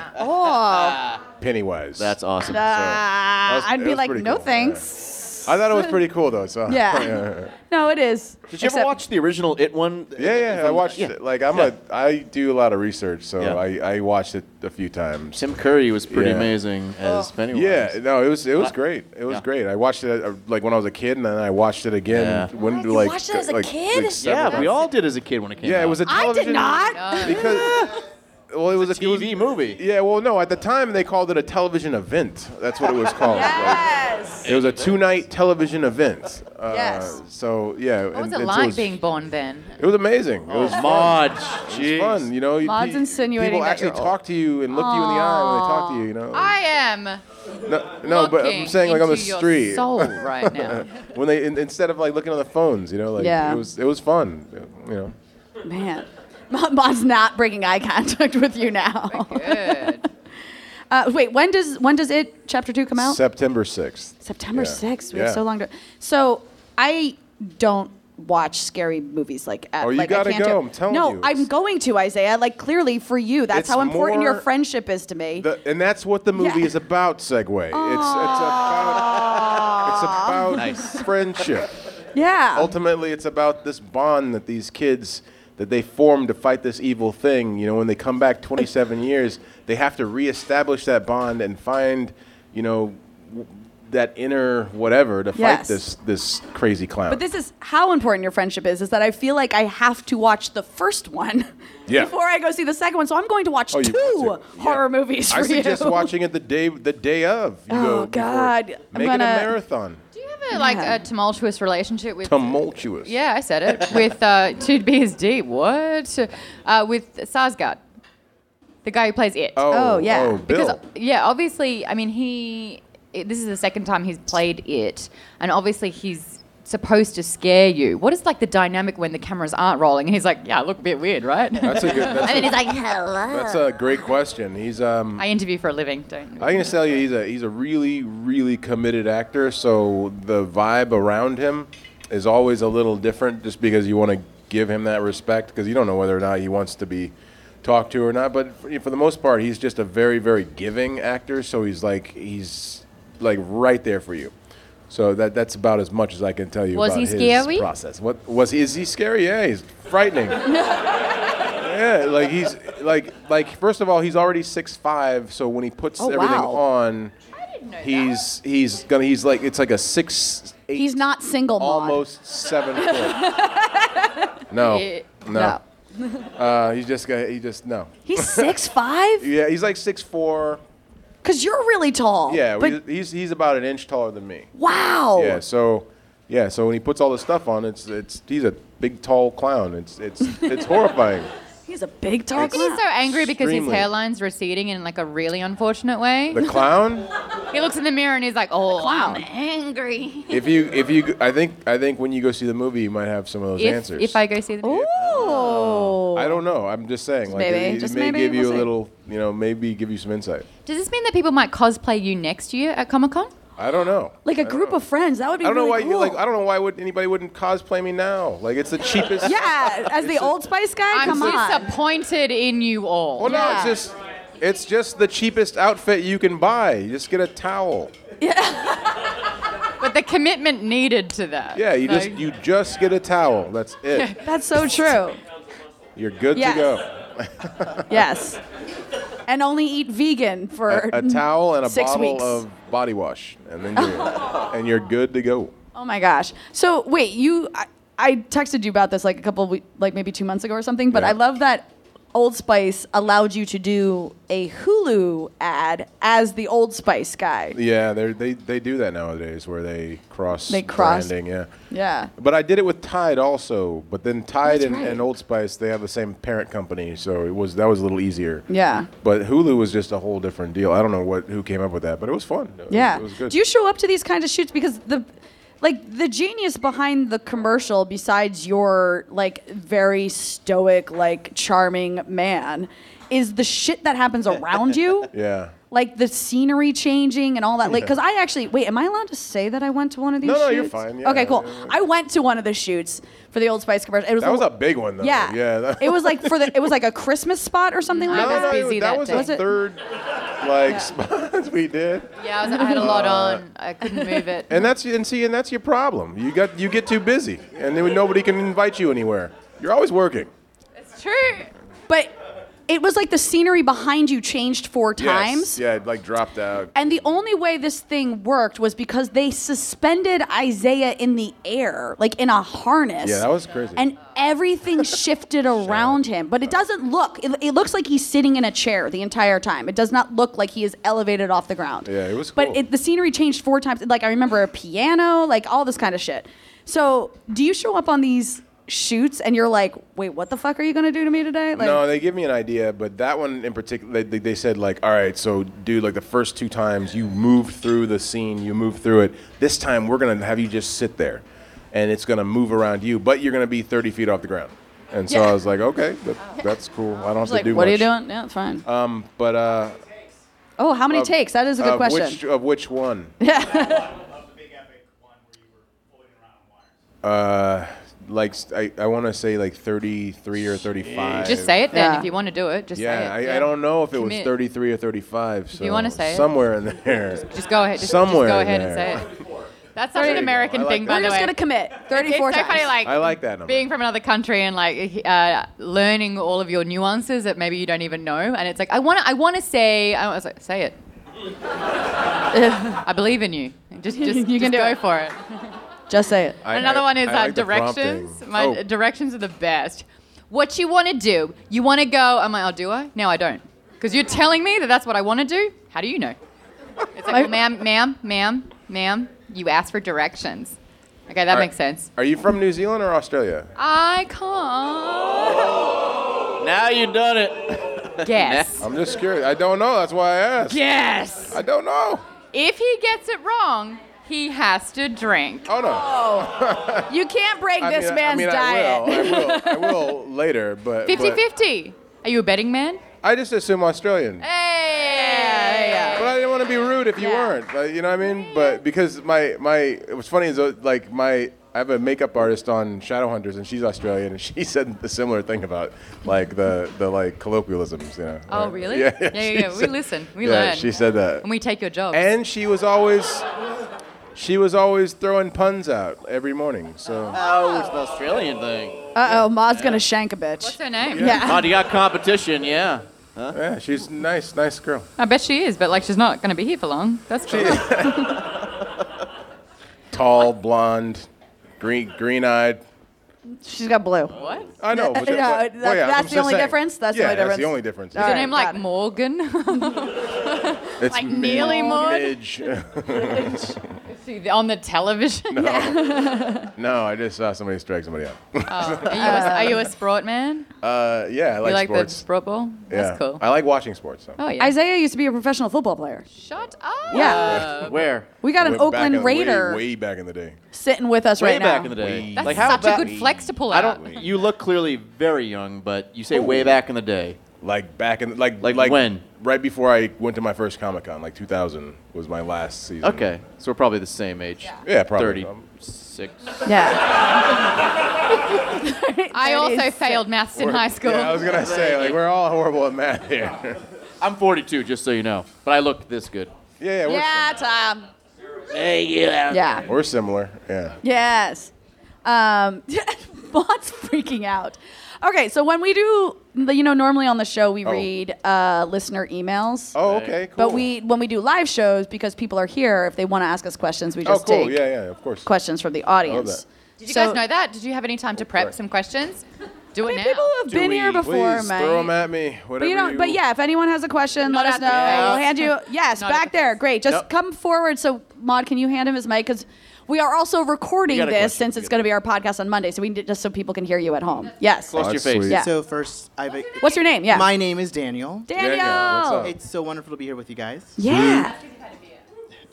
Pennywise.
That's awesome.
Ah,
was-
Uh, I'd
it
be
was
like,
pretty
no
cool,
thanks.
I thought it was pretty cool though. So
Yeah. No, it is.
Did you ever
Except-
watch the original It one?
Yeah, yeah, I
From-
watched
yeah.
it. Like I'm
Yeah.
a, I do a lot of research, so
Yeah.
I, I watched it a few times.
Tim Curry was pretty
Yeah.
amazing as Pennywise.
Yeah, no, it was it was
I-
great. It was
Yeah.
great. I watched it uh, like when I was a kid, and then I watched it again.
Yeah.
When
What? You
like
watched it as a
like-
kid?
like several
Yeah,
times.
we all did as a kid when it came out.
Yeah, it was a
I did
television.
not.
because. Well, it was a it was-
TV movie.
Yeah, well, no. At the time, they called it a television event. That's what it was called. Like,
Yes.
it was a two-night television event. Uh,
Yes.
So yeah.
What was
and-
it
and so
like
it was,
being born then?
It was amazing. It was
Marge.
It's
Jeez.
fun, you know. you-
Lod's
pe-
insinuating
people
that
actually
you're
talk to you and look you in the eye when they talk to you. You know.
I am.
no, no, but I'm
looking
saying like on the
into your
street
Soul right now.
when they in, instead of like looking on the phones, you know, like
Yeah.
it was it was fun, you know.
Man. Mom's not breaking eye contact with you now.
Good.
Uh, wait, when does when does it chapter two come out?
September sixth.
September
Yeah.
sixth. We
Yeah.
have so long to. So I don't watch scary movies like. At,
Oh, you
like,
gotta
I can't
go,
do-
I'm telling
no,
you.
I'm going to Isaiah. Like clearly for you, that's
It's
how important your
more-
friendship is to me.
The, and that's what the movie
Yeah.
is about. Segway. It's it's about it's about
Nice.
friendship.
yeah.
Ultimately, it's about this bond that these kids that they form to fight this evil thing. You know, when they come back 27 years, they have to reestablish that bond and find, you know, w- that inner whatever to fight
Yes.
this this crazy clown.
But this is how important your friendship is. Is that I feel like I have to watch the first one
Yeah.
before I go see the second one. So I'm going to watch
Oh,
two
you want to. Yeah.
horror movies for
I suggest
you.
watching it the day the day of. You
Oh,
go before-
God. I'm
Make it a
gonna-
marathon.
Do you have a, like
Yeah.
a tumultuous relationship with?
Tumultuous.
yeah, I said it with uh, to be as deep. What uh, with Sarsgaard, the guy who plays it.
Oh, yeah.
Oh,
because
Bill.
yeah, obviously, I mean he. It, this is the second time he's played it, and obviously he's supposed to scare you. What is like the dynamic when the cameras aren't rolling? And he's like, yeah, I look a bit weird, right? and
That's a good. That's,
then he's like,
that's a great question. He's um.
I interview for a living, don't.
I can tell you, he's a he's a really really committed actor. So the vibe around him is always a little different, just because you want to give him that respect, because you don't know whether or not he wants to be talked to or not. But for, for the most part, he's just a very very giving actor. So he's like he's like right there for you. So that that's about as much as I can tell you
Was
about
he
his
scary?
process. What was he, is he scary? Yeah, he's frightening. yeah, like he's like like first of all, he's already six five. So when he puts
Oh,
everything
wow.
on,
didn't know
he's he's gonna he's like it's like a six eight
He's not single. Maud.
almost seven foot.
Yeah.
no, no,
No.
Uh, he's just gonna he just no.
He's six five.
Yeah, he's like six four.
Cause you're really tall.
Yeah,
But Oh.
we- he's he's about an inch taller than me.
wow.
Yeah, so yeah, so when he puts all this stuff on, it's it's he's a big tall clown. It's it's it's horrifying.
He's a big tall
He's
clown.
so angry because his
Extremely.
hairline's receding in like a really unfortunate way.
The clown.
He looks in the mirror and he's like, "Oh, I'm
clown.
angry."
If you if you I think I think when you go see the movie, you might have some of those
If,
answers.
if I go see the movie,
Oh,
Ooh.
I don't know. I'm just saying. Like,
maybe,
It, it
just
may
maybe,
give you
we'll
a
see.
little, you know, maybe give you some insight.
does this mean that people might cosplay you next year at Comic Con?
I don't know.
Like a group of friends. That would be
I don't know why.
really
you
cool.
Like, I don't know why would anybody wouldn't cosplay me now. Like, it's the cheapest.
yeah, as the Old Spice guy.
I'm
come on.
disappointed in you all.
Well, no,
Yeah.
it's just, it's just the cheapest outfit you can buy. You just get a towel.
But the commitment needed to that.
Yeah, you just
Like,
you just get a towel. That's it.
That's so true.
You're good
Yes.
to go.
Yes. And only eat vegan for
A, a towel and a
six
bottle
weeks.
of body wash, and then you're, and you're good to go.
Oh my gosh. So wait, you I, I texted you about this like a couple of we- like maybe 2 months ago or something, but
Yeah.
I love that Old Spice allowed you to do a Hulu ad as the Old Spice guy.
Yeah, they they they do that nowadays where they cross
They cross-
branding. Yeah.
Yeah.
But I did it with Tide also. But then Tide
That's
and,
right.
and Old Spice they have the same parent company, so it was that was a little easier.
Yeah.
But Hulu was just a whole different deal. I don't know what who came up with that, but it was fun. It was-
Yeah.
It was good.
Do you show up to these kinds of shoots because the like the genius behind the commercial besides your like very stoic like charming man is the shit that happens around you?
yeah.
Like the scenery changing and all that. Like, because I actually, wait, am I allowed to say that I went to one of these
No,
shoots?
no, you're fine. Yeah,
okay, cool.
yeah, yeah.
I went to one of the shoots for the Old Spice commercial. It was
That was
lo-
a big one though.
Yeah.
Yeah. that-
it was like for the, it was like a Christmas spot or something
I
like
was
that.
busy
that,
that
was
day.
the
Was it-
third like spot we did.
Yeah, I, was, I had a lot on. I couldn't move it.
And that's and see and that's your problem. You got you get too busy, and then nobody can invite you anywhere. You're always working.
It's true.
But it was like the scenery behind you changed four times.
Yes. Yeah, it, like dropped out.
And the only way this thing worked was because they suspended Isaiah in the air, like in a harness.
Yeah, that was crazy.
And everything shifted around him. But it doesn't look, it, it looks like he's sitting in a chair the entire time. It does not look like he is elevated off the ground.
Yeah, it was
But
cool.
it, the scenery changed four times. Like, I remember a piano, like all this kind of shit. So, do you show up on these shoots and you're like, wait, what the fuck are you going to do to me today? Like,
no, they give me an idea, but that one in particular, they, they, they said like, all right, so dude, like the first two times you moved through the scene, you moved through it. This time we're gonna have you just sit there, and it's gonna move around you, but you're gonna be 30 feet off the ground. And so
Yeah.
I was like, okay, that, that's cool. I don't have
It's
to
like,
do
what
much.
are you doing? Yeah, it's fine.
Um, but uh,
oh, how many
of-
takes? That is a good
of
question.
Which, of which one?
the big epic one where you were floating around on wires.
Uh, like st- I, I want to say like 33 or 35.
Just say it then
Yeah.
if you want to do it. Just
Yeah,
say it.
I, I don't know if it was
Commit.
33 or 35. So
you wanna say it.
somewhere in there.
Just go ahead. Just,
Somewhere
just go
in
ahead
there.
and say it. That's such
There
an
you go.
American
I like
thing,
that.
by
We're
the
just
way.
gonna commit.
it's
Thirty-four
so
times.
funny, like
I like that number.
being from another country and like uh, learning all of your nuances that maybe you don't even know, and it's like I want to, I want to say, I was like, say it. I believe in you. Just, just, you can go for it.
Just say it.
I-
Another
I-
one is
I
uh,
like the
directions.
prompting.
My uh,
Oh.
directions are the best. What you want to do? You want to go? I'm like, oh, do I? No, I don't. Because you're telling me that that's what I want to do. How do you know? It's like, well, ma'am, ma'am, ma'am, ma'am. You asked for directions. Okay, that
Are-
makes sense.
Are you from New Zealand or Australia?
I can't
Now you've done it.
guess.
I'm just curious. I don't know. That's why I asked.
Yes.
I don't know.
If he gets it wrong, he has to drink.
Oh no.
You can't break
I
this
mean,
man's
I, I
diet.
mean, I will. I will. I will later, but
50
but
50. Are you a betting man?
I just assume Australian.
Hey.
But I didn't want to be rude if you
Yeah.
weren't. Like, you know what I mean? But because my my what's funny is uh, like my I have a makeup artist on Shadowhunters and she's Australian and she said a similar thing about like the the like colloquialisms. You know?
Oh, really?
Yeah.
Yeah, yeah,
she
yeah. We listen. We
yeah,
learn.
She said that.
And we take your job.
And she was always she was always throwing puns out every morning. So
Oh, it's an Australian thing.
Uh oh, Ma's gonna shank a bitch.
What's her name?
Yeah.
Oh, you got competition, yeah.
yeah, she's nice, nice girl.
I bet she is, but like she's not going to be here for long. That's cool.
Tall, blonde, green green eyed.
She's got blue.
What?
I know. but-
No,
but-
that's-
well, yeah, I'm
that's
just
the only
saying.
difference? That's the
yeah,
only
That's the
difference?
only difference.
All
Her
right,
name like
got it.
Morgan.
It's
Like Neely Morgan?
Midge.
See, on the television.
no, I just saw somebody strike somebody out.
Oh.
Are, you a, are you a sport man?
Uh, yeah, I like,
you like the
sports.
sport ball? That's cool.
I like watching sports. So.
Oh yeah.
Isaiah used to be a professional football player.
Shut up.
Yeah.
Where?
We got an
Way back in the-
Oakland
way-
Raider
Way, back in the day.
sitting with us
Way
right
back
now.
in the day.
That's
Like, how
such a
about-
good flex to pull
I
out.
don't. You look clearly very young, but you say way back in the day.
Like back in like
Like when?
Right before I went to my first Comic Con, like 2000 was my last season.
Okay, so we're probably the same age.
Mm-hmm. Yeah, probably. Um,
Thirty-six.
Yeah.
I also
Ladies.
failed maths in
we're-
high school.
Yeah, I was gonna say like we're all horrible at math here.
I'm 42, just so you know, but I look this good.
yeah, yeah, we're,
Yeah, Tom.
Hey, yeah.
Yeah.
we're similar. Yeah.
Yes. Um, Bot's freaking out. Okay, so when we do, the- you know, normally on the show we
Oh.
read uh, listener emails.
Oh, okay, cool.
But we when we do live shows because people are here, if they want to ask us questions, we
Oh,
just
cool.
take
Yeah, yeah, of course.
questions from the audience.
that.
Did you
So-
guys know that? Did you have any time to prep
sorry.
some questions? Do
I
it
mean,
now.
people who have been
Dewey,
here before,
please,
man.
Throw them at me. Whatever.
But you know, but yeah, if anyone has a question,
Not
let us
at
know.
the face.
We'll hand you yes,
Not at
back
the
there.
face.
Great. Just
Yep.
come forward. So, Maud, can you hand him his mic? Because we are also recording
got a
this
question.
since
We
it's
got
going
a-
to be our podcast on Monday, so we can, just so people can hear you at home. Yes.
Close to your
That's
face.
sweet.
Yeah.
So first, I've a,
What's your name? Yeah.
my name is Daniel.
Daniel.
Daniel, what's up?
It's so wonderful to be here with you guys.
Yeah.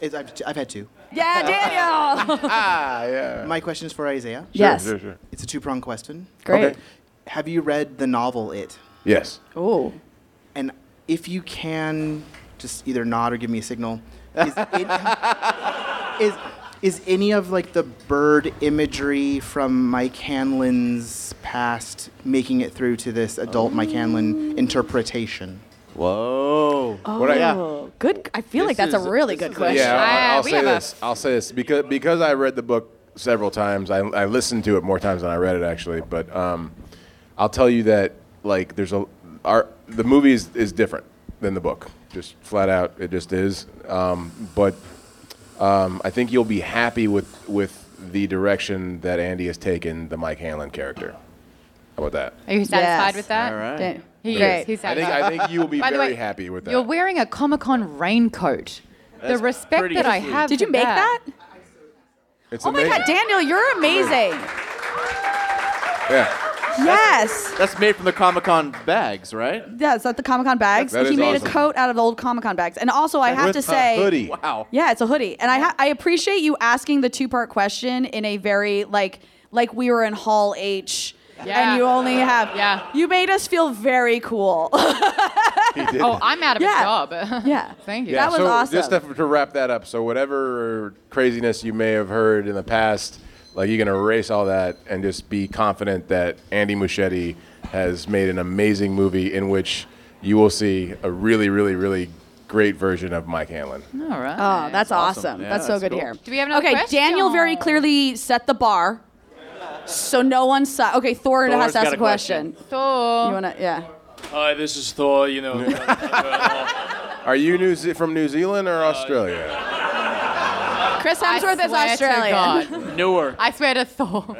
It's, I've, I've had two.
Yeah, Daniel.
Ah, yeah.
My question is for Isaiah.
Sure,
yes.
Sure, sure.
It's a two-pronged question.
Great.
Okay.
Have you read the novel It?
Yes.
Ooh.
And if you can, just either nod or give me a signal. Is, it, is, is any of like the bird imagery from Mike Hanlon's past making it through to this adult Mike
Mm.
Hanlon interpretation?
Whoa.
What I-
Oh, good. I feel like that's
is-
a really
this
good
is a-
question.
Yeah,
Ah,
I'll, I'll
we
say
have a-
this. I'll say this because because I read the book several times. I, I listened to it more times than I read it actually. But um, I'll tell you that like there's a our the movie is, is different than the book. Just flat out, it just is. Um, but um, I think you'll be happy with with the direction that Andy has taken the Mike Hanlon character. How about that?
Are you satisfied
Yes.
with that?
All right.
Dan-
He
Great.
is. He's
I
satisfied.
think I think you'll be
By the
very
way,
happy with that.
You're wearing a Comic Con raincoat. the
That's
respect
pretty
that I
sweet.
have.
Did you
for
make that?
It's
Oh my
amazing.
God, Daniel, you're amazing.
Yeah.
Yes.
That's made from the Comic Con bags, right?
Yeah, it's at the Comic Con bags.
That
he
is
made
awesome.
a coat out of the old Comic Con bags. And also, I have
With
to
a
say,
hoodie.
Wow.
Yeah, it's a hoodie. And I ha- I appreciate you asking the two part question in a very like like we were in Hall H.
Yeah.
And you only have
Yeah.
You made us feel very cool.
Oh, I'm out of
Yeah.
a job.
Yeah.
Thank you.
Yeah,
That was
so
awesome.
Just to, to wrap that up, so whatever craziness you may have heard in the past, like you can erase all that and just be confident that Andy Muschietti has made an amazing movie in which you will see a really, really, really great version of Mike Hanlon.
All right.
oh, that's awesome.
Yeah,
that's so
that's
good
cool.
to hear.
Do we have another
Okay,
question?
Daniel very clearly set the bar. So no one saw okay, Thor has
Thor's
to ask
got
a
a question.
question.
So,
You wanna yeah.
Hi, this is Thor. You know,
Are you New Ze- from New Zealand or
Uh,
Australia?
Chris
I
Hemsworth is
swear to
Australian.
God.
newer.
I swear to Thor.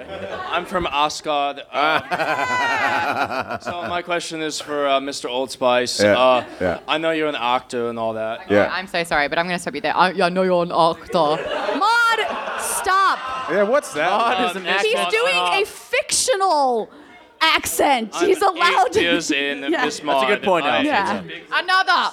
I'm from Asgard. um, so my question is for uh, Mr. Old Spice.
Yeah,
Uh,
yeah.
I know you're an actor and all that.
Yeah.
I'm so sorry, but I'm going to stop you there. I, yeah, I know you're an actor.
Maud, stop.
Yeah, what's that?
God
Uh,
is an
next
actor.
He's
one.
doing
Uh,
a fictional accent.
I'm
He's allowed
eight
to.
years in
Yeah.
Miss
That's a good
Maud.
point,
I-
Alex.
Yeah.
Another.
Uh,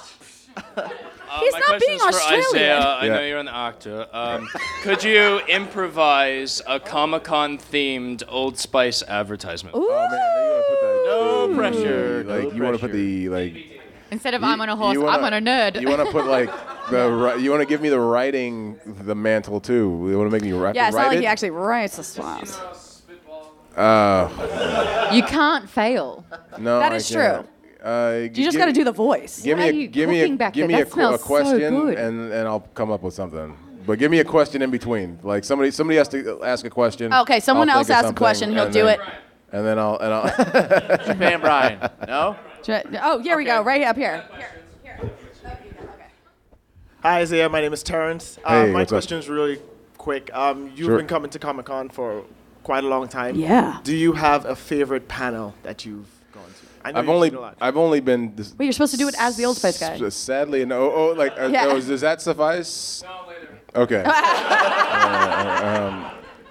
He's
my
not
question
being
is for
Australian.
Isaiah. I
Yeah.
know you're an actor. Um, could you improvise a Comic Con themed Old Spice advertisement?
Oh, man, now you wanna put that-
No
Ooh,
pressure,
Like
no
you want to put
pressure.
the like.
Instead of
you-
I'm on a horse,
you wanna-
I'm on a nerd.
You want to put like the ri- you want to give me the writing the mantle too. You want to make me ri-
Yeah, it's
write
not like
it?
he actually writes the swans.
You can't fail.
No,
That
I
is
can't. Uh,
You just got to do the voice.
Give
Why
me
are
a
you
give me a
cooking back
give
there?
me a,
That
qu- a
smells so
question
good.
and and I'll come up with something. But give me a question in between. Like somebody somebody has to ask a question.
Okay, someone
I'll
else
think
asks
of
a
something,
question, he'll
and
do
then-
it.
And then I'll and I'll
Pam Bryan. No?
Should I- Oh, here we go. Right up here.
Hi, Isaiah. My name is Terrence.
Hey,
Uh, my
what's up?
question is really quick. Um, you've
Sure.
been coming to Comic Con for quite a long time.
Yeah.
Do you have a favorite panel that you've gone to? I know
I've
you've
only
seen a lot.
I've only been this,
Wait, you're supposed to do it as the Old Spice guy.
s- sadly no oh, oh like uh,
Yeah.
oh, does that suffice? Okay. Uh, um,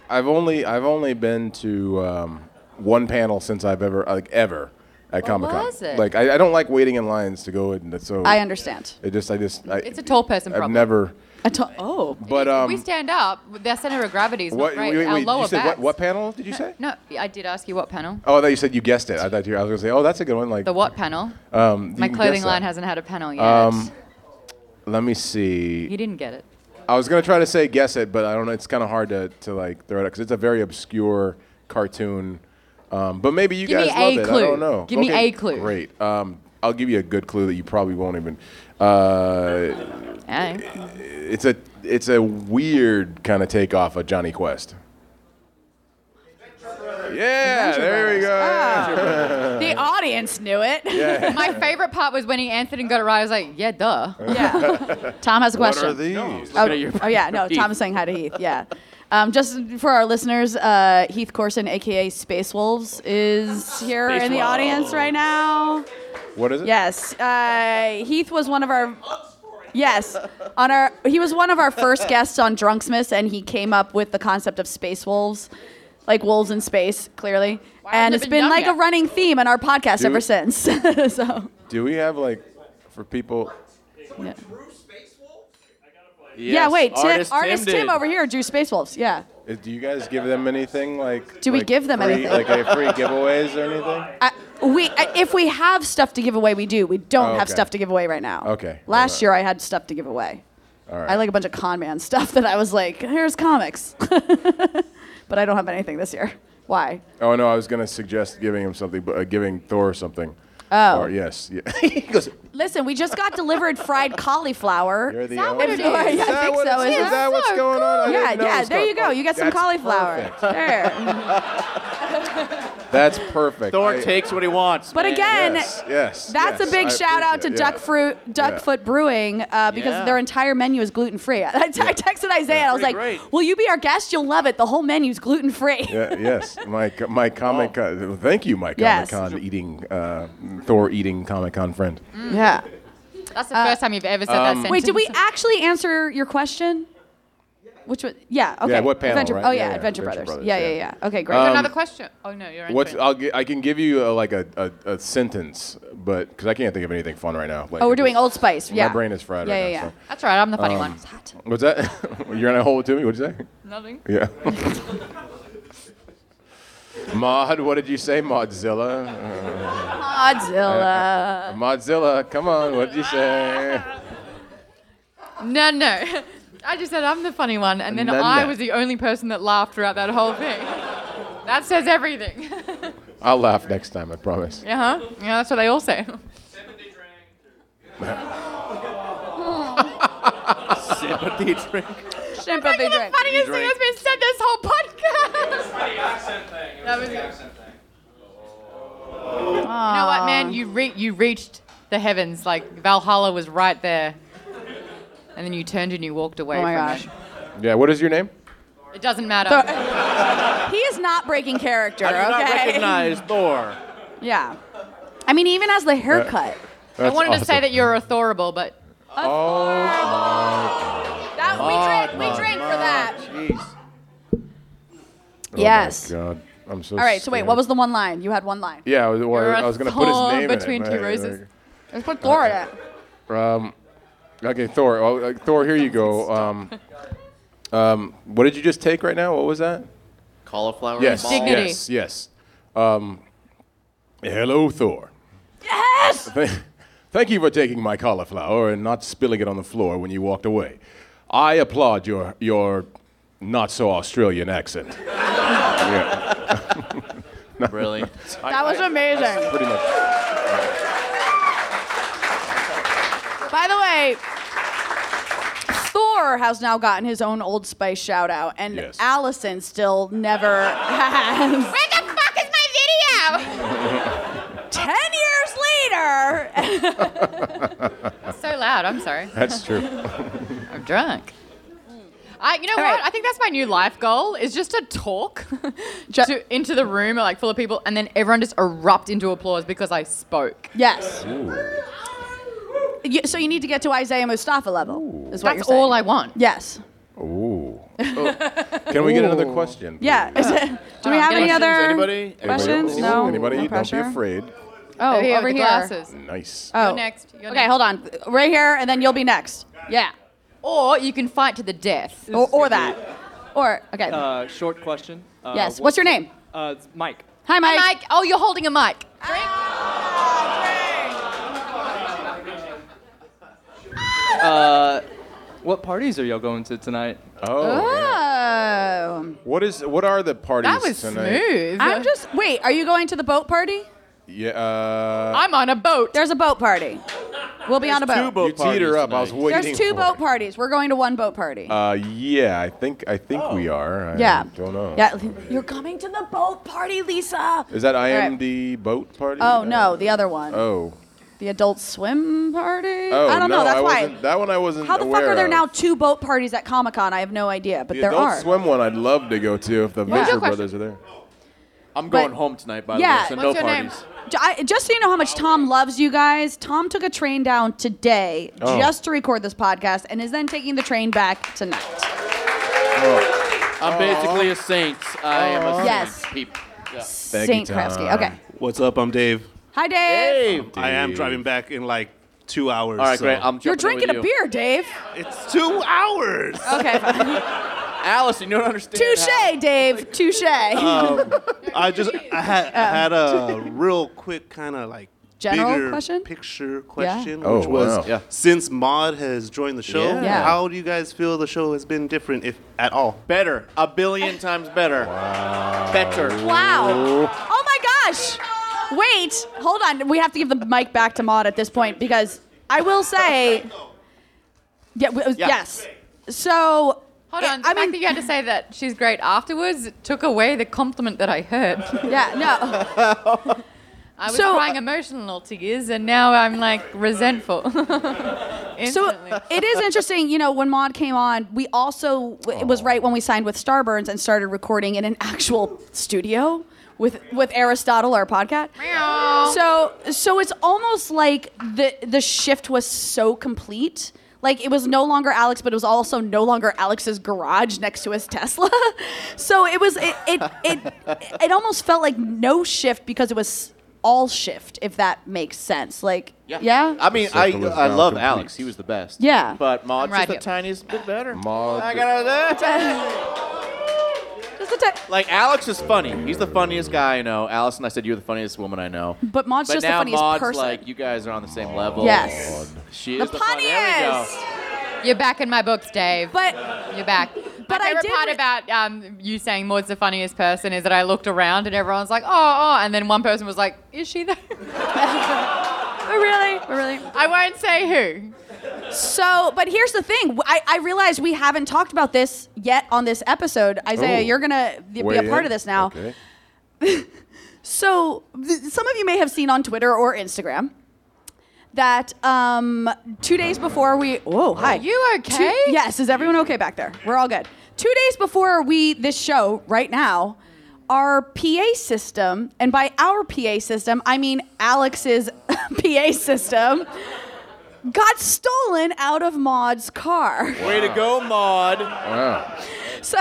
I've only I've only been to um, one panel since I've ever uh, like ever at Comic Con.
was it?
Like I, I don't like waiting in lines to go in. So
I understand.
It just I just I,
It's a tall person
I've
problem.
never.
I to- oh.
But um,
we stand up. Their center of gravity is
what?
not great.
wait, wait,
Our
wait,
lower
you said what,
backs.
what panel did you say?
No, I did ask you what panel.
Oh, I thought you said you guessed it. I thought you. I was gonna say, oh, that's a good one. Like
The what panel?
Um, you
My
can
clothing
guess
line
that.
hasn't had a panel yet.
Um, Let me
you
see.
didn't get it.
I was gonna try to say guess it, but I don't know. It's kind of hard to, to like throw it out because it's a very obscure cartoon. Um, but maybe you
Give me
guys
a
love it. I
clue.
don't know.
Give me
Okay,
a clue.
Great. Um, I'll give you a good clue that you probably won't even. Uh,
Eh?
it's a it's a weird kind of takeoff of Johnny Quest. Yeah, there we go.
Ah.
The audience knew it.
My favorite part was when he answered and got it right. I was like, yeah, duh.
Yeah. Tom has a
Uh, What
question.
are these?
Oh, oh, yeah, no. Tom is saying hi to Heath. Yeah. Um, just for our listeners, uh, Heath Corson, aka Space Wolves, is here in the audience right now.
What is it?
Yes, uh, Heath was one of our. Yes, on our he was one of our first guests on Drunksmiths, and he came up with the concept of space wolves, like wolves in space, clearly.
Why hasn't
and
it
it's
been
been
done
like a
yet?
running theme in our podcast
Dude.
ever since. so,
Do we have like for people?
yeah.
Yes,
yeah, wait, Tim,
artist,
artist,
Tim,
Tim,
did.
over here drew space wolves. Yeah,
uh, Do you guys give them anything like?
Do we
like,
give them
free-
anything?
Like a free giveaways or anything?
I, we I- if we have stuff to give away, we do. We don't
Oh,
have
okay.
stuff to give away right now.
Okay.
Last
Alright.
year I had stuff to give away.
All right.
I had, like a bunch of con man stuff that I was like, here's comics. but I don't have anything this year. Why?
Oh no, I was gonna suggest giving him something, but uh, giving Thor something.
Oh.
Or, yes. Yeah. he goes.
Listen, we just got delivered fried cauliflower.
You're the
that
only-
what it is?
Yeah, I
Is that
think
what
so,
it Is
isn't
Is
it?
that what's
So
going on? I
yeah,
didn't know it
yeah,
was
there you go.
called-
You got some
That's
cauliflower.
perfect.
There.
That's perfect.
Thor
I-
takes what he wants.
But
man.
again,
Yes. yes
that's
yes,
a big
I
shout out to
appreciate it,
Duck
yeah.
Fruit,
Yeah.
Duckfoot Brewing, uh, because
Yeah.
their entire menu is gluten free. I I texted Isaiah. and I was like,
Pretty great.
"Will you be our guest? You'll love it. The whole menu's gluten free."
Yeah, yes, my co- my Comic Con. Thank you, my Comic
Oh. Yes.
Con eating uh, Thor eating Comic Con friend.
yeah.
That's the first time you've ever said
Um,
that sentence.
Wait, did we actually answer your question? Which was yeah okay.
what panel,
Adventure,
right?
Oh yeah,
Yeah, yeah,
Adventure,
Adventure
Brothers.
Brothers,
Yeah,
yeah. Um,
yeah, yeah, Okay, great.
Another question. Oh no, you're
What's
answering.
I'll gi- I can give you uh like a, a, a sentence, but because I can't think of anything fun right now. Like,
oh,
I
we're
just-
doing Old Spice.
My
Yeah.
brain is fried
Yeah,
right
yeah,
now.
yeah.
That's right. I'm the funny
Um,
one.
So. What's that? You're gonna hold it to me? What'd you say?
Nothing.
Yeah. Mod, what did you say, Modzilla?
Uh.
Godzilla.
Modzilla, come on, what did you say?
No, no. I just said I'm the funny one, and then
Uh, No,
I
no.
was the only person that laughed throughout that whole thing. that says everything.
I'll laugh next time, I promise.
Yeah, huh? Uh-huh. Yeah, that's what they all say.
Sympathy drink.
Sympathy drink.
Funniest thing that's been said this whole podcast.
The accent thing. It
That was
was the
good.
accent thing.
You know what, man? You re- you reached the heavens. Like Valhalla was right there, and then you turned and you walked away.
Oh my
from
gosh.
Yeah, what is your name?
It. it doesn't matter.
He is not breaking character.
I do not
okay.
recognize Thor.
Yeah. I mean, he even has the haircut.
I wanted to say that you're authorable, but
That, we drink. We drink for that.
Jeez.
Yes.
Oh my God, I'm so.
All right. So wait, what was the one line? You had one line.
Yeah, I was, well,
You're
I
a
was going to put his
thorn
name in it, uh,
between two
right,
roses.
Let's put Florida.
like, um, okay, Thor. oh, uh, Thor, here you go. Um, um, what did you just take right now? What was that?
Cauliflower.
Yes,
ball.
Dignity.
yes, yes. Um, hello, Thor.
Yes.
Th- Thank you for taking my cauliflower and not spilling it on the floor when you walked away. I applaud your your not so Australian accent. yeah,
Really?
That was amazing.
pretty much.
By the way, Thor has now gotten his own Old Spice shout out, and
Yes.
Allison still never has.
where the fuck is my video?
Ten years later,
so loud. I'm sorry.
That's true.
I'm drunk. I, you know
All
what?
right.
I think that's my new life goal is just to talk
Ju-
to, into the room like full of people, and then everyone just erupt into applause because I spoke.
yes. You- so you need to get to Isaiah Mustafa level, is what
That's
you're saying.
all I want.
Yes.
Ooh. Oh, Can we get another question?
Yeah. Is it- do we
on,
have any
questions,
other
anybody?
questions?
Anybody?
No.
Anybody?
No
Don't
pressure.
be afraid.
Oh,
Over here
over
with the
here.
glasses.
Nice.
Oh.
You're next. You're
Okay,
next.
hold on. Right here, and then you'll be next. Yeah.
Or you can fight to the death.
Or, or that. Or okay.
Uh, short question. Uh,
yes.
what-
What's your name?
Uh, it's Mike.
Hi, Mike.
Mike, oh, you're holding a mic.
What parties are y'all going to tonight?
Oh.
uh?
yeah.
Oh.
What is? What are the parties
That was
tonight?
smooth.
I'm just wait. Are you going to the boat party?
Yeah. Uh,
I'm on a boat.
There's a boat party. We'll be on a boat.
Two boat
you teed her
parties
up. I was
tonight.
waiting.
There's two
for
boat
it.
parties. We're going to one boat party.
Uh, yeah, I think I think we are. I
Oh. yeah.
Don't know.
Yeah. You're coming to the boat party, Lisa.
Is that I
right.
am the boat party? Uh,
Oh no, the other one.
Oh.
The adult swim party?
Oh,
I don't
no,
know. That's
I
why.
wasn't- that one I wasn't
How the fuck
aware
are there
of.
now two boat parties at Comic Con? I have no idea, but
The
there
Adult
are.
Swim one I'd love to go to if the
What's
Venture
your question?
Brothers are there.
I'm
But-
going home tonight, by
yeah.
the way, so
What's
no
your
parties.
J- I- Just so you know how much Tom loves you guys, Tom took a train down today
Oh.
just to record this podcast and is then taking the train back tonight.
I'm basically a saint. I am a saint.
Oh. Yes.
People.
you,
St. Kravsky.
Tom.
Okay.
What's up? I'm Dave.
Hi, Dave.
I am driving back in like two hours.
All right,
so-
great. I'm
You're
jumping
drinking
in
a
with you.
beer, Dave.
It's two hours.
Okay. fine.
Allison, you don't understand. how-
Touche, Dave. Touche.
I just I had, I had a real quick kind of like
Um. General
bigger
question?
picture question,
Oh,
which was
wow. Yeah.
since Maud has joined the show,
Yeah.
Yeah.
how do you guys feel the show has been different, if at all?
Better. A billion times better. Better.
Wow. Oh my gosh. Wait, hold on. We have to give the mic back to Maud at this point because I will say. Yeah, w- uh, Yes. So.
Hold
it-
on. The
I
fact
mean,
that you had to say that she's great afterwards took away the compliment that I heard.
yeah, no.
I was
So- uh,
crying emotional tears, and now I'm like resentful.
So
Instantly.
it is interesting, you know, when Maud came on, we also it was right when we signed with Starburns and started recording in an actual studio with with Aristotle, our podcast. So so it's almost like the the shift was so complete. Like it was no longer Alex, but it was also no longer Alex's garage next to his Tesla. so it was it it, it it almost felt like no shift because it was all shift, if that makes sense. Like yeah.
I mean, I,
Circle is
I
now
love
complete.
Alex. He was the best.
Yeah.
But Maud's
I'm right
just
here.
the tiniest bit better.
Maud-
I got a-
Just a t-
Like Alex is funny. He's the funniest guy I know. Allison, I said you're the funniest woman I know.
But Maud's
but
just the
now
funniest
Maud's
person.
like you guys are on the same level.
Yes.
She
the
is the fun- There we go.
punniest.
You're back in my books, Dave.
But
You're back.
But
But
I
my favorite
did
part
re-
about um, you saying Maud's the funniest person is that I looked around and everyone's like, oh, oh, and then one person was like, is she though?
oh, really, Oh, really.
I won't say who.
So, but here's the thing. I, I realize we haven't talked about this yet on this episode. Isaiah,
Oh.
you're gonna be
Weigh
a part
in?
of this now.
Okay.
So, th- some of you may have seen on Twitter or Instagram that um, two days before we. Whoa, hi.
you
Two-
okay?
yes, is everyone okay back there? We're all good. Two days before we this show right now, our PA system, and by our PA system, I mean Alex's PA system, got stolen out of Maud's car.
Way to go, Maud.
Wow.
So,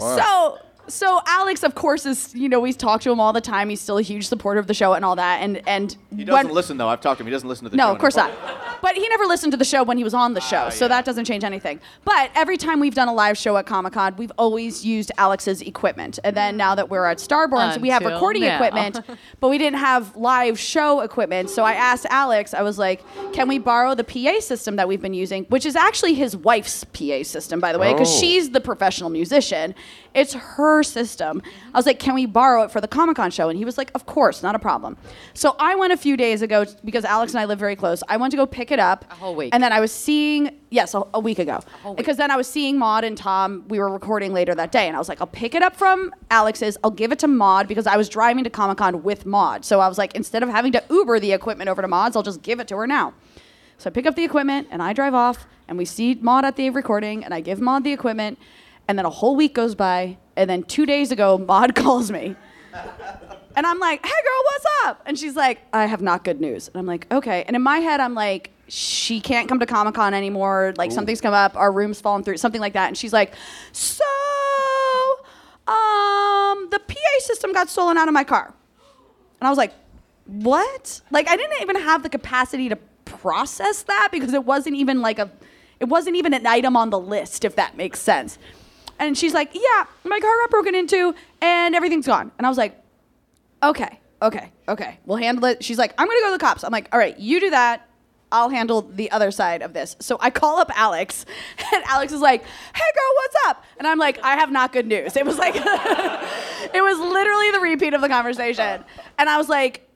so, so Alex, of course, is you know we talk to him all the time. He's still a huge supporter of the show and all that. And and
He doesn't listen though. I've talked to him. He doesn't listen to the show
no, of course
anymore. Ah,
not. But he never listened to the show when he was on the show, so that doesn't change anything. But every time we've done a live show at Comic Con, we've always used Alex's equipment. And
Mm.
then now that we're at Starborns, we have
Until
recording
now.
equipment, but we didn't have live show equipment. So I asked Alex, I was like, can we borrow the PA system that we've been using, which is actually his wife's PA system, by the way, because
Oh.
she's the professional musician. It's her system. I was like, can we borrow it for the Comic Con show? And he was like, of course, not a problem. So I went a few days ago because Alex and I live very close. I went to go pick it up. A
whole week.
And then I was seeing, yes, a, a week ago.
whole week.
Because then I was seeing Maud and Tom. We were recording later that day. And I was like, I'll pick it up from Alex's. I'll give it to Maud because I was driving to Comic Con with Maud. So I was like, instead of having to Uber the equipment over to Maud's, I'll just give it to her now. So I pick up the equipment and I drive off and we see Maud at the recording and I give Maud the equipment and then a whole week goes by and then two days ago Maud calls me. And I'm like, hey girl, what's up? And she's like, I have not good news. And I'm like, okay. And in my head, I'm like, she can't come to Comic Con anymore. Like something's come up, our room's fallen through, something like that. And she's like, so um the PA system got stolen out of my car. And I was like, what? Like I didn't even have the capacity to process that because it wasn't even like a it wasn't even an item on the list, if that makes sense. And she's like, Yeah, my car got broken into and everything's gone. And I was like, Okay, okay, okay. We'll handle it. She's like, I'm gonna go to the cops. I'm like, all right, you do that. I'll handle the other side of this. So I call up Alex, and Alex is like, "Hey girl, what's up?" And I'm like, "I have not good news." It was like, it was literally the repeat of the conversation, and I was like,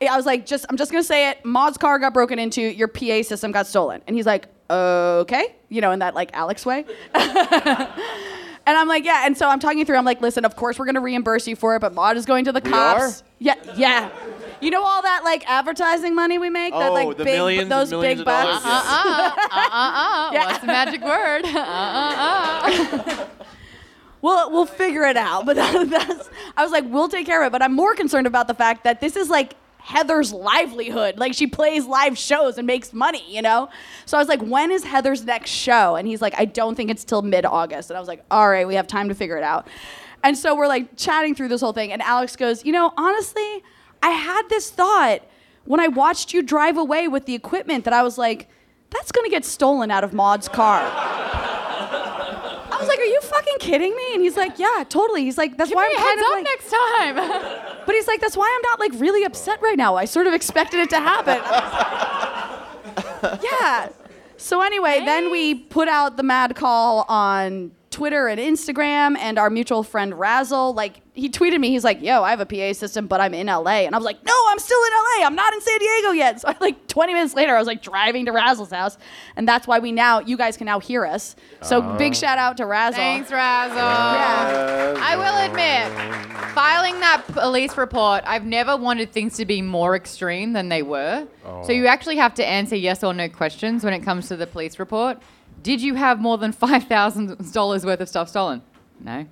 I was like, just I'm just gonna say it. Maud's car got broken into. Your PA system got stolen. And he's like, okay, you know, in that like Alex way. And I'm like, yeah. And so I'm talking through. I'm like, listen, of course we're gonna reimburse you for it, but Maud is going to the cops.
are?
Yeah, yeah. You know all that like advertising money we make? that
Oh,
like
the
big,
millions and
those big
millions of dollars,
bucks.
yeah.
Uh-huh.
Uh uh uh.
Yeah.
What's the magic word? Uh uh uh.
We'll we'll figure it out. But that, that's I was like, we'll take care of it. But I'm more concerned about the fact that this is like Heather's livelihood. Like she plays live shows and makes money, you know? So I was like, when is Heather's next show? And he's like, I don't think it's till mid August. And I was like, all right, we have time to figure it out. And so we're like chatting through this whole thing. And Alex goes, you know, honestly, I had this thought when I watched you drive away with the equipment that I was like, that's gonna get stolen out of Maud's car. I was like, "Are you fucking kidding me?" And he's like, "Yeah, totally." He's like, "That's
Give
why
me a
I'm kind
heads
of
up
like."
next time.
But he's like, "That's why I'm not like really upset right now. I sort of expected it to happen." yeah. So anyway, then we put out the mad call on Twitter and Instagram, and our mutual friend Razzle, like, he tweeted me. He's like, "Yo, I have a PA system, but I'm in LA," and I was like, "No, I'm still in LA. I'm not in San Diego yet." So like 20 minutes later, I was like driving to Razzle's house, and that's why we now you guys can now hear us. So big shout out to Razzle.
Thanks, Razzle.
Yeah.
I will admit, filing that police report, I've never wanted things to be more extreme than they were. So you actually have to answer yes or no questions when it comes to the police report. Did you have more than $5,000 worth of stuff stolen? No.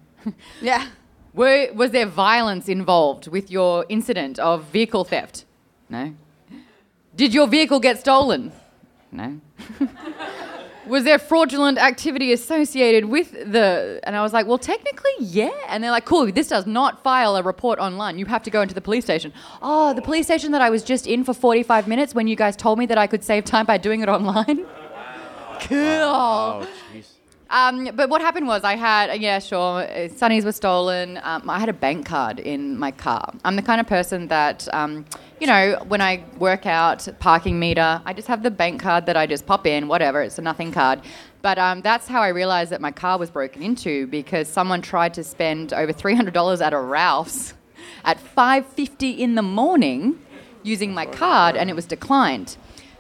Yeah.
Were, was there violence involved with your incident of vehicle theft? No. Did your vehicle get stolen? No. was there fraudulent activity associated with the. And I was like, well, technically, yeah. And they're like, cool, this does not file a report online. You have to go into the police station. Oh, the police station that I was just in for 45 minutes when you guys told me that I could save time by doing it online? Cool. Um, but what happened was I had yeah sure uh, sunnies were stolen. Um, I had a bank card in my car. I'm the kind of person that um, you know when I work out parking meter, I just have the bank card that I just pop in whatever. It's a nothing card. But um, that's how I realized that my car was broken into because someone tried to spend over three hundred dollars at a Ralph's at five fifty in the morning using my card, and it was declined.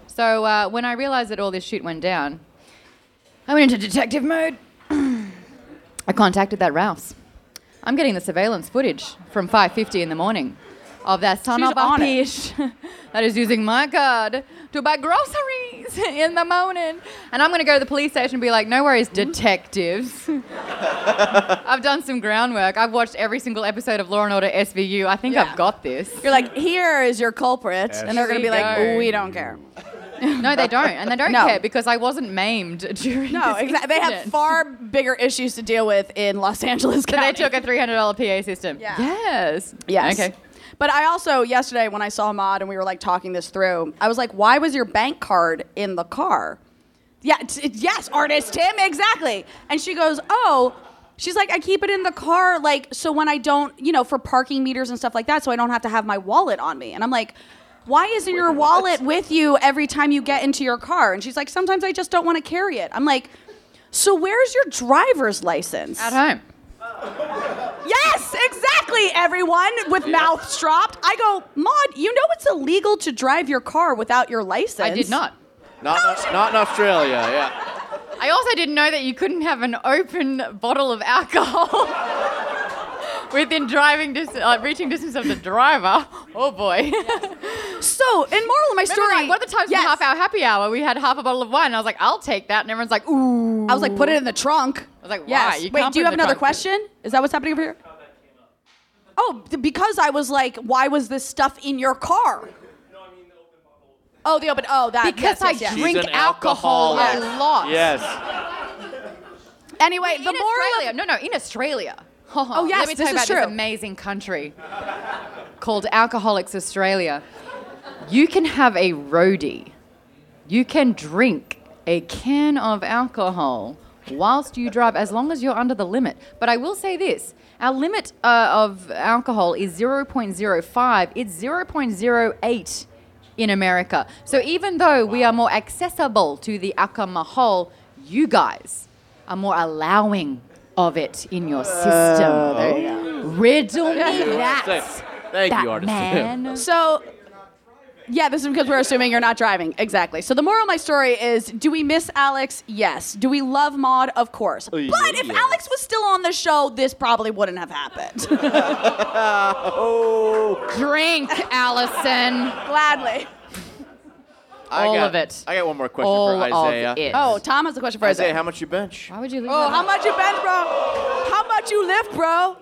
So uh, when I realized that all this shit went down, I went into detective mode. I contacted that Ralph's. I'm getting the surveillance footage from 5:50 in the morning of that son
She's
of a
on it.
bitch that is using my card to buy groceries in the morning, and I'm going to go to the police station and be like, "No worries,
Mm-hmm.
detectives. I've done some groundwork. I've watched every single episode of Law and Order SVU. I think
Yeah.
I've got this."
You're like, here is your culprit, and they're gonna be like,
Here we go.
we don't care.
No, they don't, and they don't
No.
care because I wasn't maimed during.
No,
this
exactly. They have
incident.
far bigger issues to deal with in Los Angeles
So they
County.
took a three hundred dollar PA system.
Yeah.
Yes.
yes.
Okay.
But I also yesterday when I saw Mod and we were like talking this through, I was like, why was your bank card in the car? Yeah, it's- it's- yes, artist Tim, exactly. And she goes, oh. She's like, I keep it in the car, like, so when I don't, you know, for parking meters and stuff like that, so I don't have to have my wallet on me. And I'm like, why isn't your wallet with you every time you get into your car? And she's like, sometimes I just don't want to carry it. I'm like, so where's your driver's license?
At home.
Yes, exactly, everyone, with mouths dropped. I go, Maud, you know it's illegal to drive your car without your license.
I did not.
Not, not in Australia, yeah.
I also didn't know that you couldn't have an open bottle of alcohol within driving distance, uh, reaching distance of the driver. Oh boy.
So, in moral of my story,
Remember, like, one of the times in
yes,
the half hour happy hour, we had half a bottle of wine. And I was like, I'll take that. And everyone's like, ooh.
I was like, put it in the trunk.
I was like, why?
Yes.
You
Wait,
can't
do you
put
have
it in the
another
trunk.
question? Is that what's happening over here? Oh, th- because I was like, why was this stuff in your car? Oh, the open. Oh, that.
Because
yes,
I
yes, yes.
drink
She's an
alcohol a
alcoholic.
lot.
Yes.
Anyway,
In
the moral.
Australia. no, no, in Australia. Oh,
yes,
Let me
this
tell
is
you about
true.
this amazing country called Alcoholics Australia. You can have a roadie. You can drink a can of alcohol whilst you drive, as long as you're under the limit. But I will say this our limit uh, of alcohol is 0.05, it's 0.08 in America. So even though we are more accessible to the alcohol, you guys are more allowing of it in
Oh,
your system. Riddle me that.
Thank
that
you, artist.
man.
So Yeah, this is because we're assuming you're not driving. Exactly. So the moral of my story is do we miss Alex? Yes. Do we love Maud? Of course. but if
yes.
Alex was still on the show, this probably wouldn't have happened.
Oh,
Drink, Allison.
Gladly.
I
All
got-
of it.
I got one more question
All
for Isaiah.
Of it.
Oh, Tom has a question for Isaiah.
Isaiah, how much you bench?
Why would you leave?
Oh, how much you bench, bro? How much you lift, bro?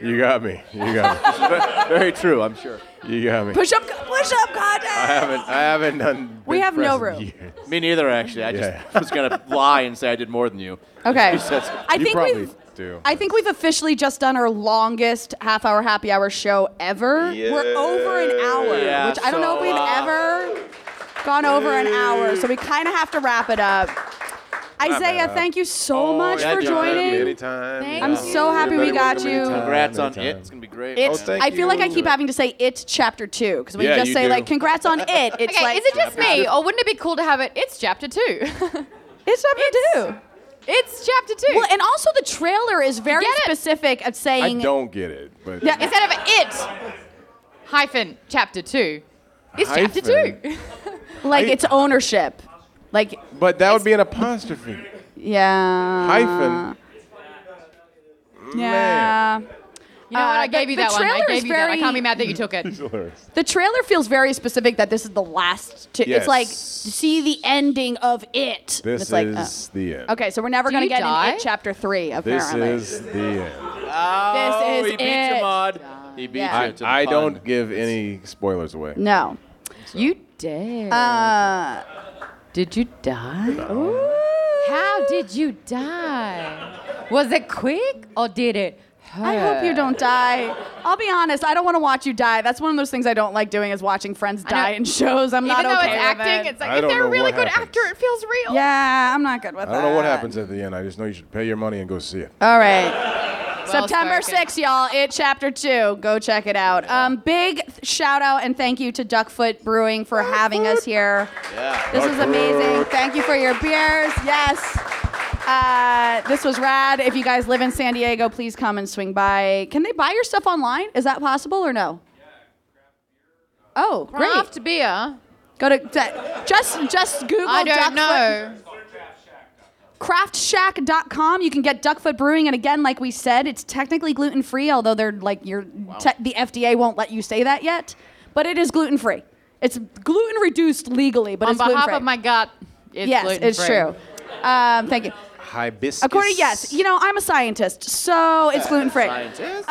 You got me. You got me. Very true, I'm sure. You got me.
Push up, push up, contest.
I haven't. I haven't done.
We
bench
have no
press in
room.
years.
Me neither, actually. I just was gonna lie and say I did more than you.
Okay. I
you
think
probably
we've.
do.
I think we've officially just done our longest half hour happy hour show ever. We're over an hour,
Yeah,
which I don't know if
so,
we've
uh,
ever gone over an hour, so we kind of have to wrap it up. Isaiah,
up. Oh,
thank Oh, you so much
yeah,
for
dude, thank
joining.
Anytime.
I'm so happy we got you.
Congrats on it. It's gonna be great.
It's,
Oh, thank
I feel like I
you.
keep having to say it chapter two because when
Yeah,
you just
you
say
do.
like congrats on it, it's
okay,
like
is it just me, or wouldn't it be cool to have it? It's chapter two.
it's chapter two.
it's chapter two.
Well, and also the trailer is very
Get it?
specific of
I
saying
don't get it, but
Yeah,
Instead of it hyphen chapter two, it's chapter
Hyphen.
two.
like
I-
its ownership, like
but that would be an apostrophe.
yeah
Hyphen.
yeah.
You know what?
Uh,
I
the-
gave you
the
that one. I
trailer
gave
is
you that. I can't
very-
be mad that you took it.
The trailer feels very specific that this is the last. To, It's like
Yes.
see the ending of it. And
This
it's like,
is
oh.
the end.
Okay, so we're never
Do
gonna
you
get
die?
an it chapter three
This
apparently.
is the end.
Oh,
is
he beat
it.
you, Maud. He beat
Yeah.
you.
I,
to the
I
pun.
don't give any spoilers away.
no.
You did.
Uh,
did you die? How did you die? Was it quick or did it hurt?
I hope you don't die. I'll be honest. I don't want to watch you die. That's one of those things I don't like doing is watching friends
I know.
die in shows. I'm
Even
not
though
okay
it's
with
acting,
it.
it's like
I
if
don't
they're a
know
really
what
good
happens.
actor, it feels real.
yeah, I'm not good with
I
that.
don't know what happens at the end. I just know you should pay your money and go see it.
All right.
Well
September
spoken.
6th, y'all. It Chapter 2. Go check it out. Um, big th- shout out and thank you to Duckfoot Brewing for having us here. Yeah. This is amazing. Thank you for your beers. Yes. Uh, this was rad. If you guys live in San Diego, please come and swing by. Can they buy your stuff online? Is that possible or no? Oh, great.
Craft beer.
Go to d- just just Google
I don't
Duckfoot
know.
craftshack.com you can get duckfoot brewing and again like we said it's technically gluten-free although they're like you're te- the fda won't let you say that yet but it is gluten-free it's gluten reduced legally but
On
it's
behalf
gluten-free
of my gut, it's
yes it's
gluten-free.
true um, thank you
Hibiscus.
according yes you know i'm a scientist so
Uh,
it's gluten-free
Scientist?
Uh,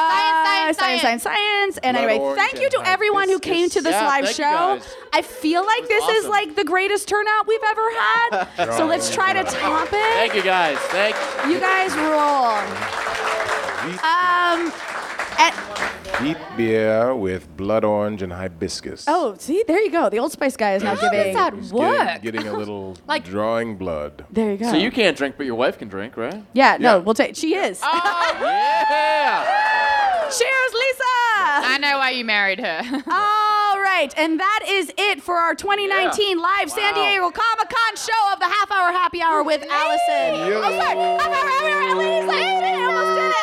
Science, science,
science, science, science. And
Blood
anyway,
orange
thank you
and
to everyone who
hibiscus.
came to this
Yeah,
live
thank you
show.
guys.
I feel like this is
awesome.
like the greatest turnout we've ever had. so let's try to top it.
Thank you guys. Thank.
You guys rule. Um, at,
Deep beer with blood orange and hibiscus.
oh, see, there you go. The Old Spice guy is now
How does
giving.
that
It's getting-
work?
Getting, a little
Like-
drawing blood.
There you go.
So you can't drink, but your wife can drink, right?
yeah, no,
Yeah.
we'll take. She is.
Oh.
Yeah.
Cheers, Lisa.
I know why you married her.
All right, and that is it for our 2019 live San Diego Comic Con show of the half hour happy hour with Allison.
Yo.
I'm sorry, half hour happy hour. Ladies, ladies, I almost did it.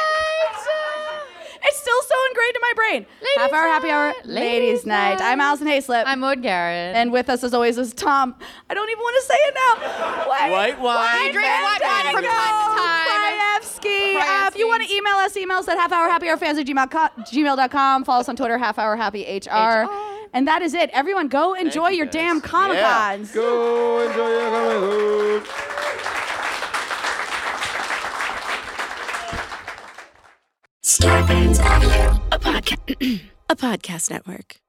It's still so ingrained in my brain.
Ladies'
half hour happy hour,
night.
ladies'
Ladies'
night. I'm
night.
Allison Hayslip.
I'm Maud Garrett.
And with us, as always, is Tom. I don't even want to say it now. White,
White wine.
You drink white wine from time to time.
Krajewski. Uh, if you want to
Krajewski.
email us, emails at halfhourhappyhourfans at gmail co- gmail.com. Follow us on Twitter, halfhourhappyhr.
HR.
And that is it. Everyone, go enjoy
you,
your
guys.
damn Comic
Yeah.
Cons.
Go enjoy your comic book.
Scorpions Avenue, a podcast, a podcast network.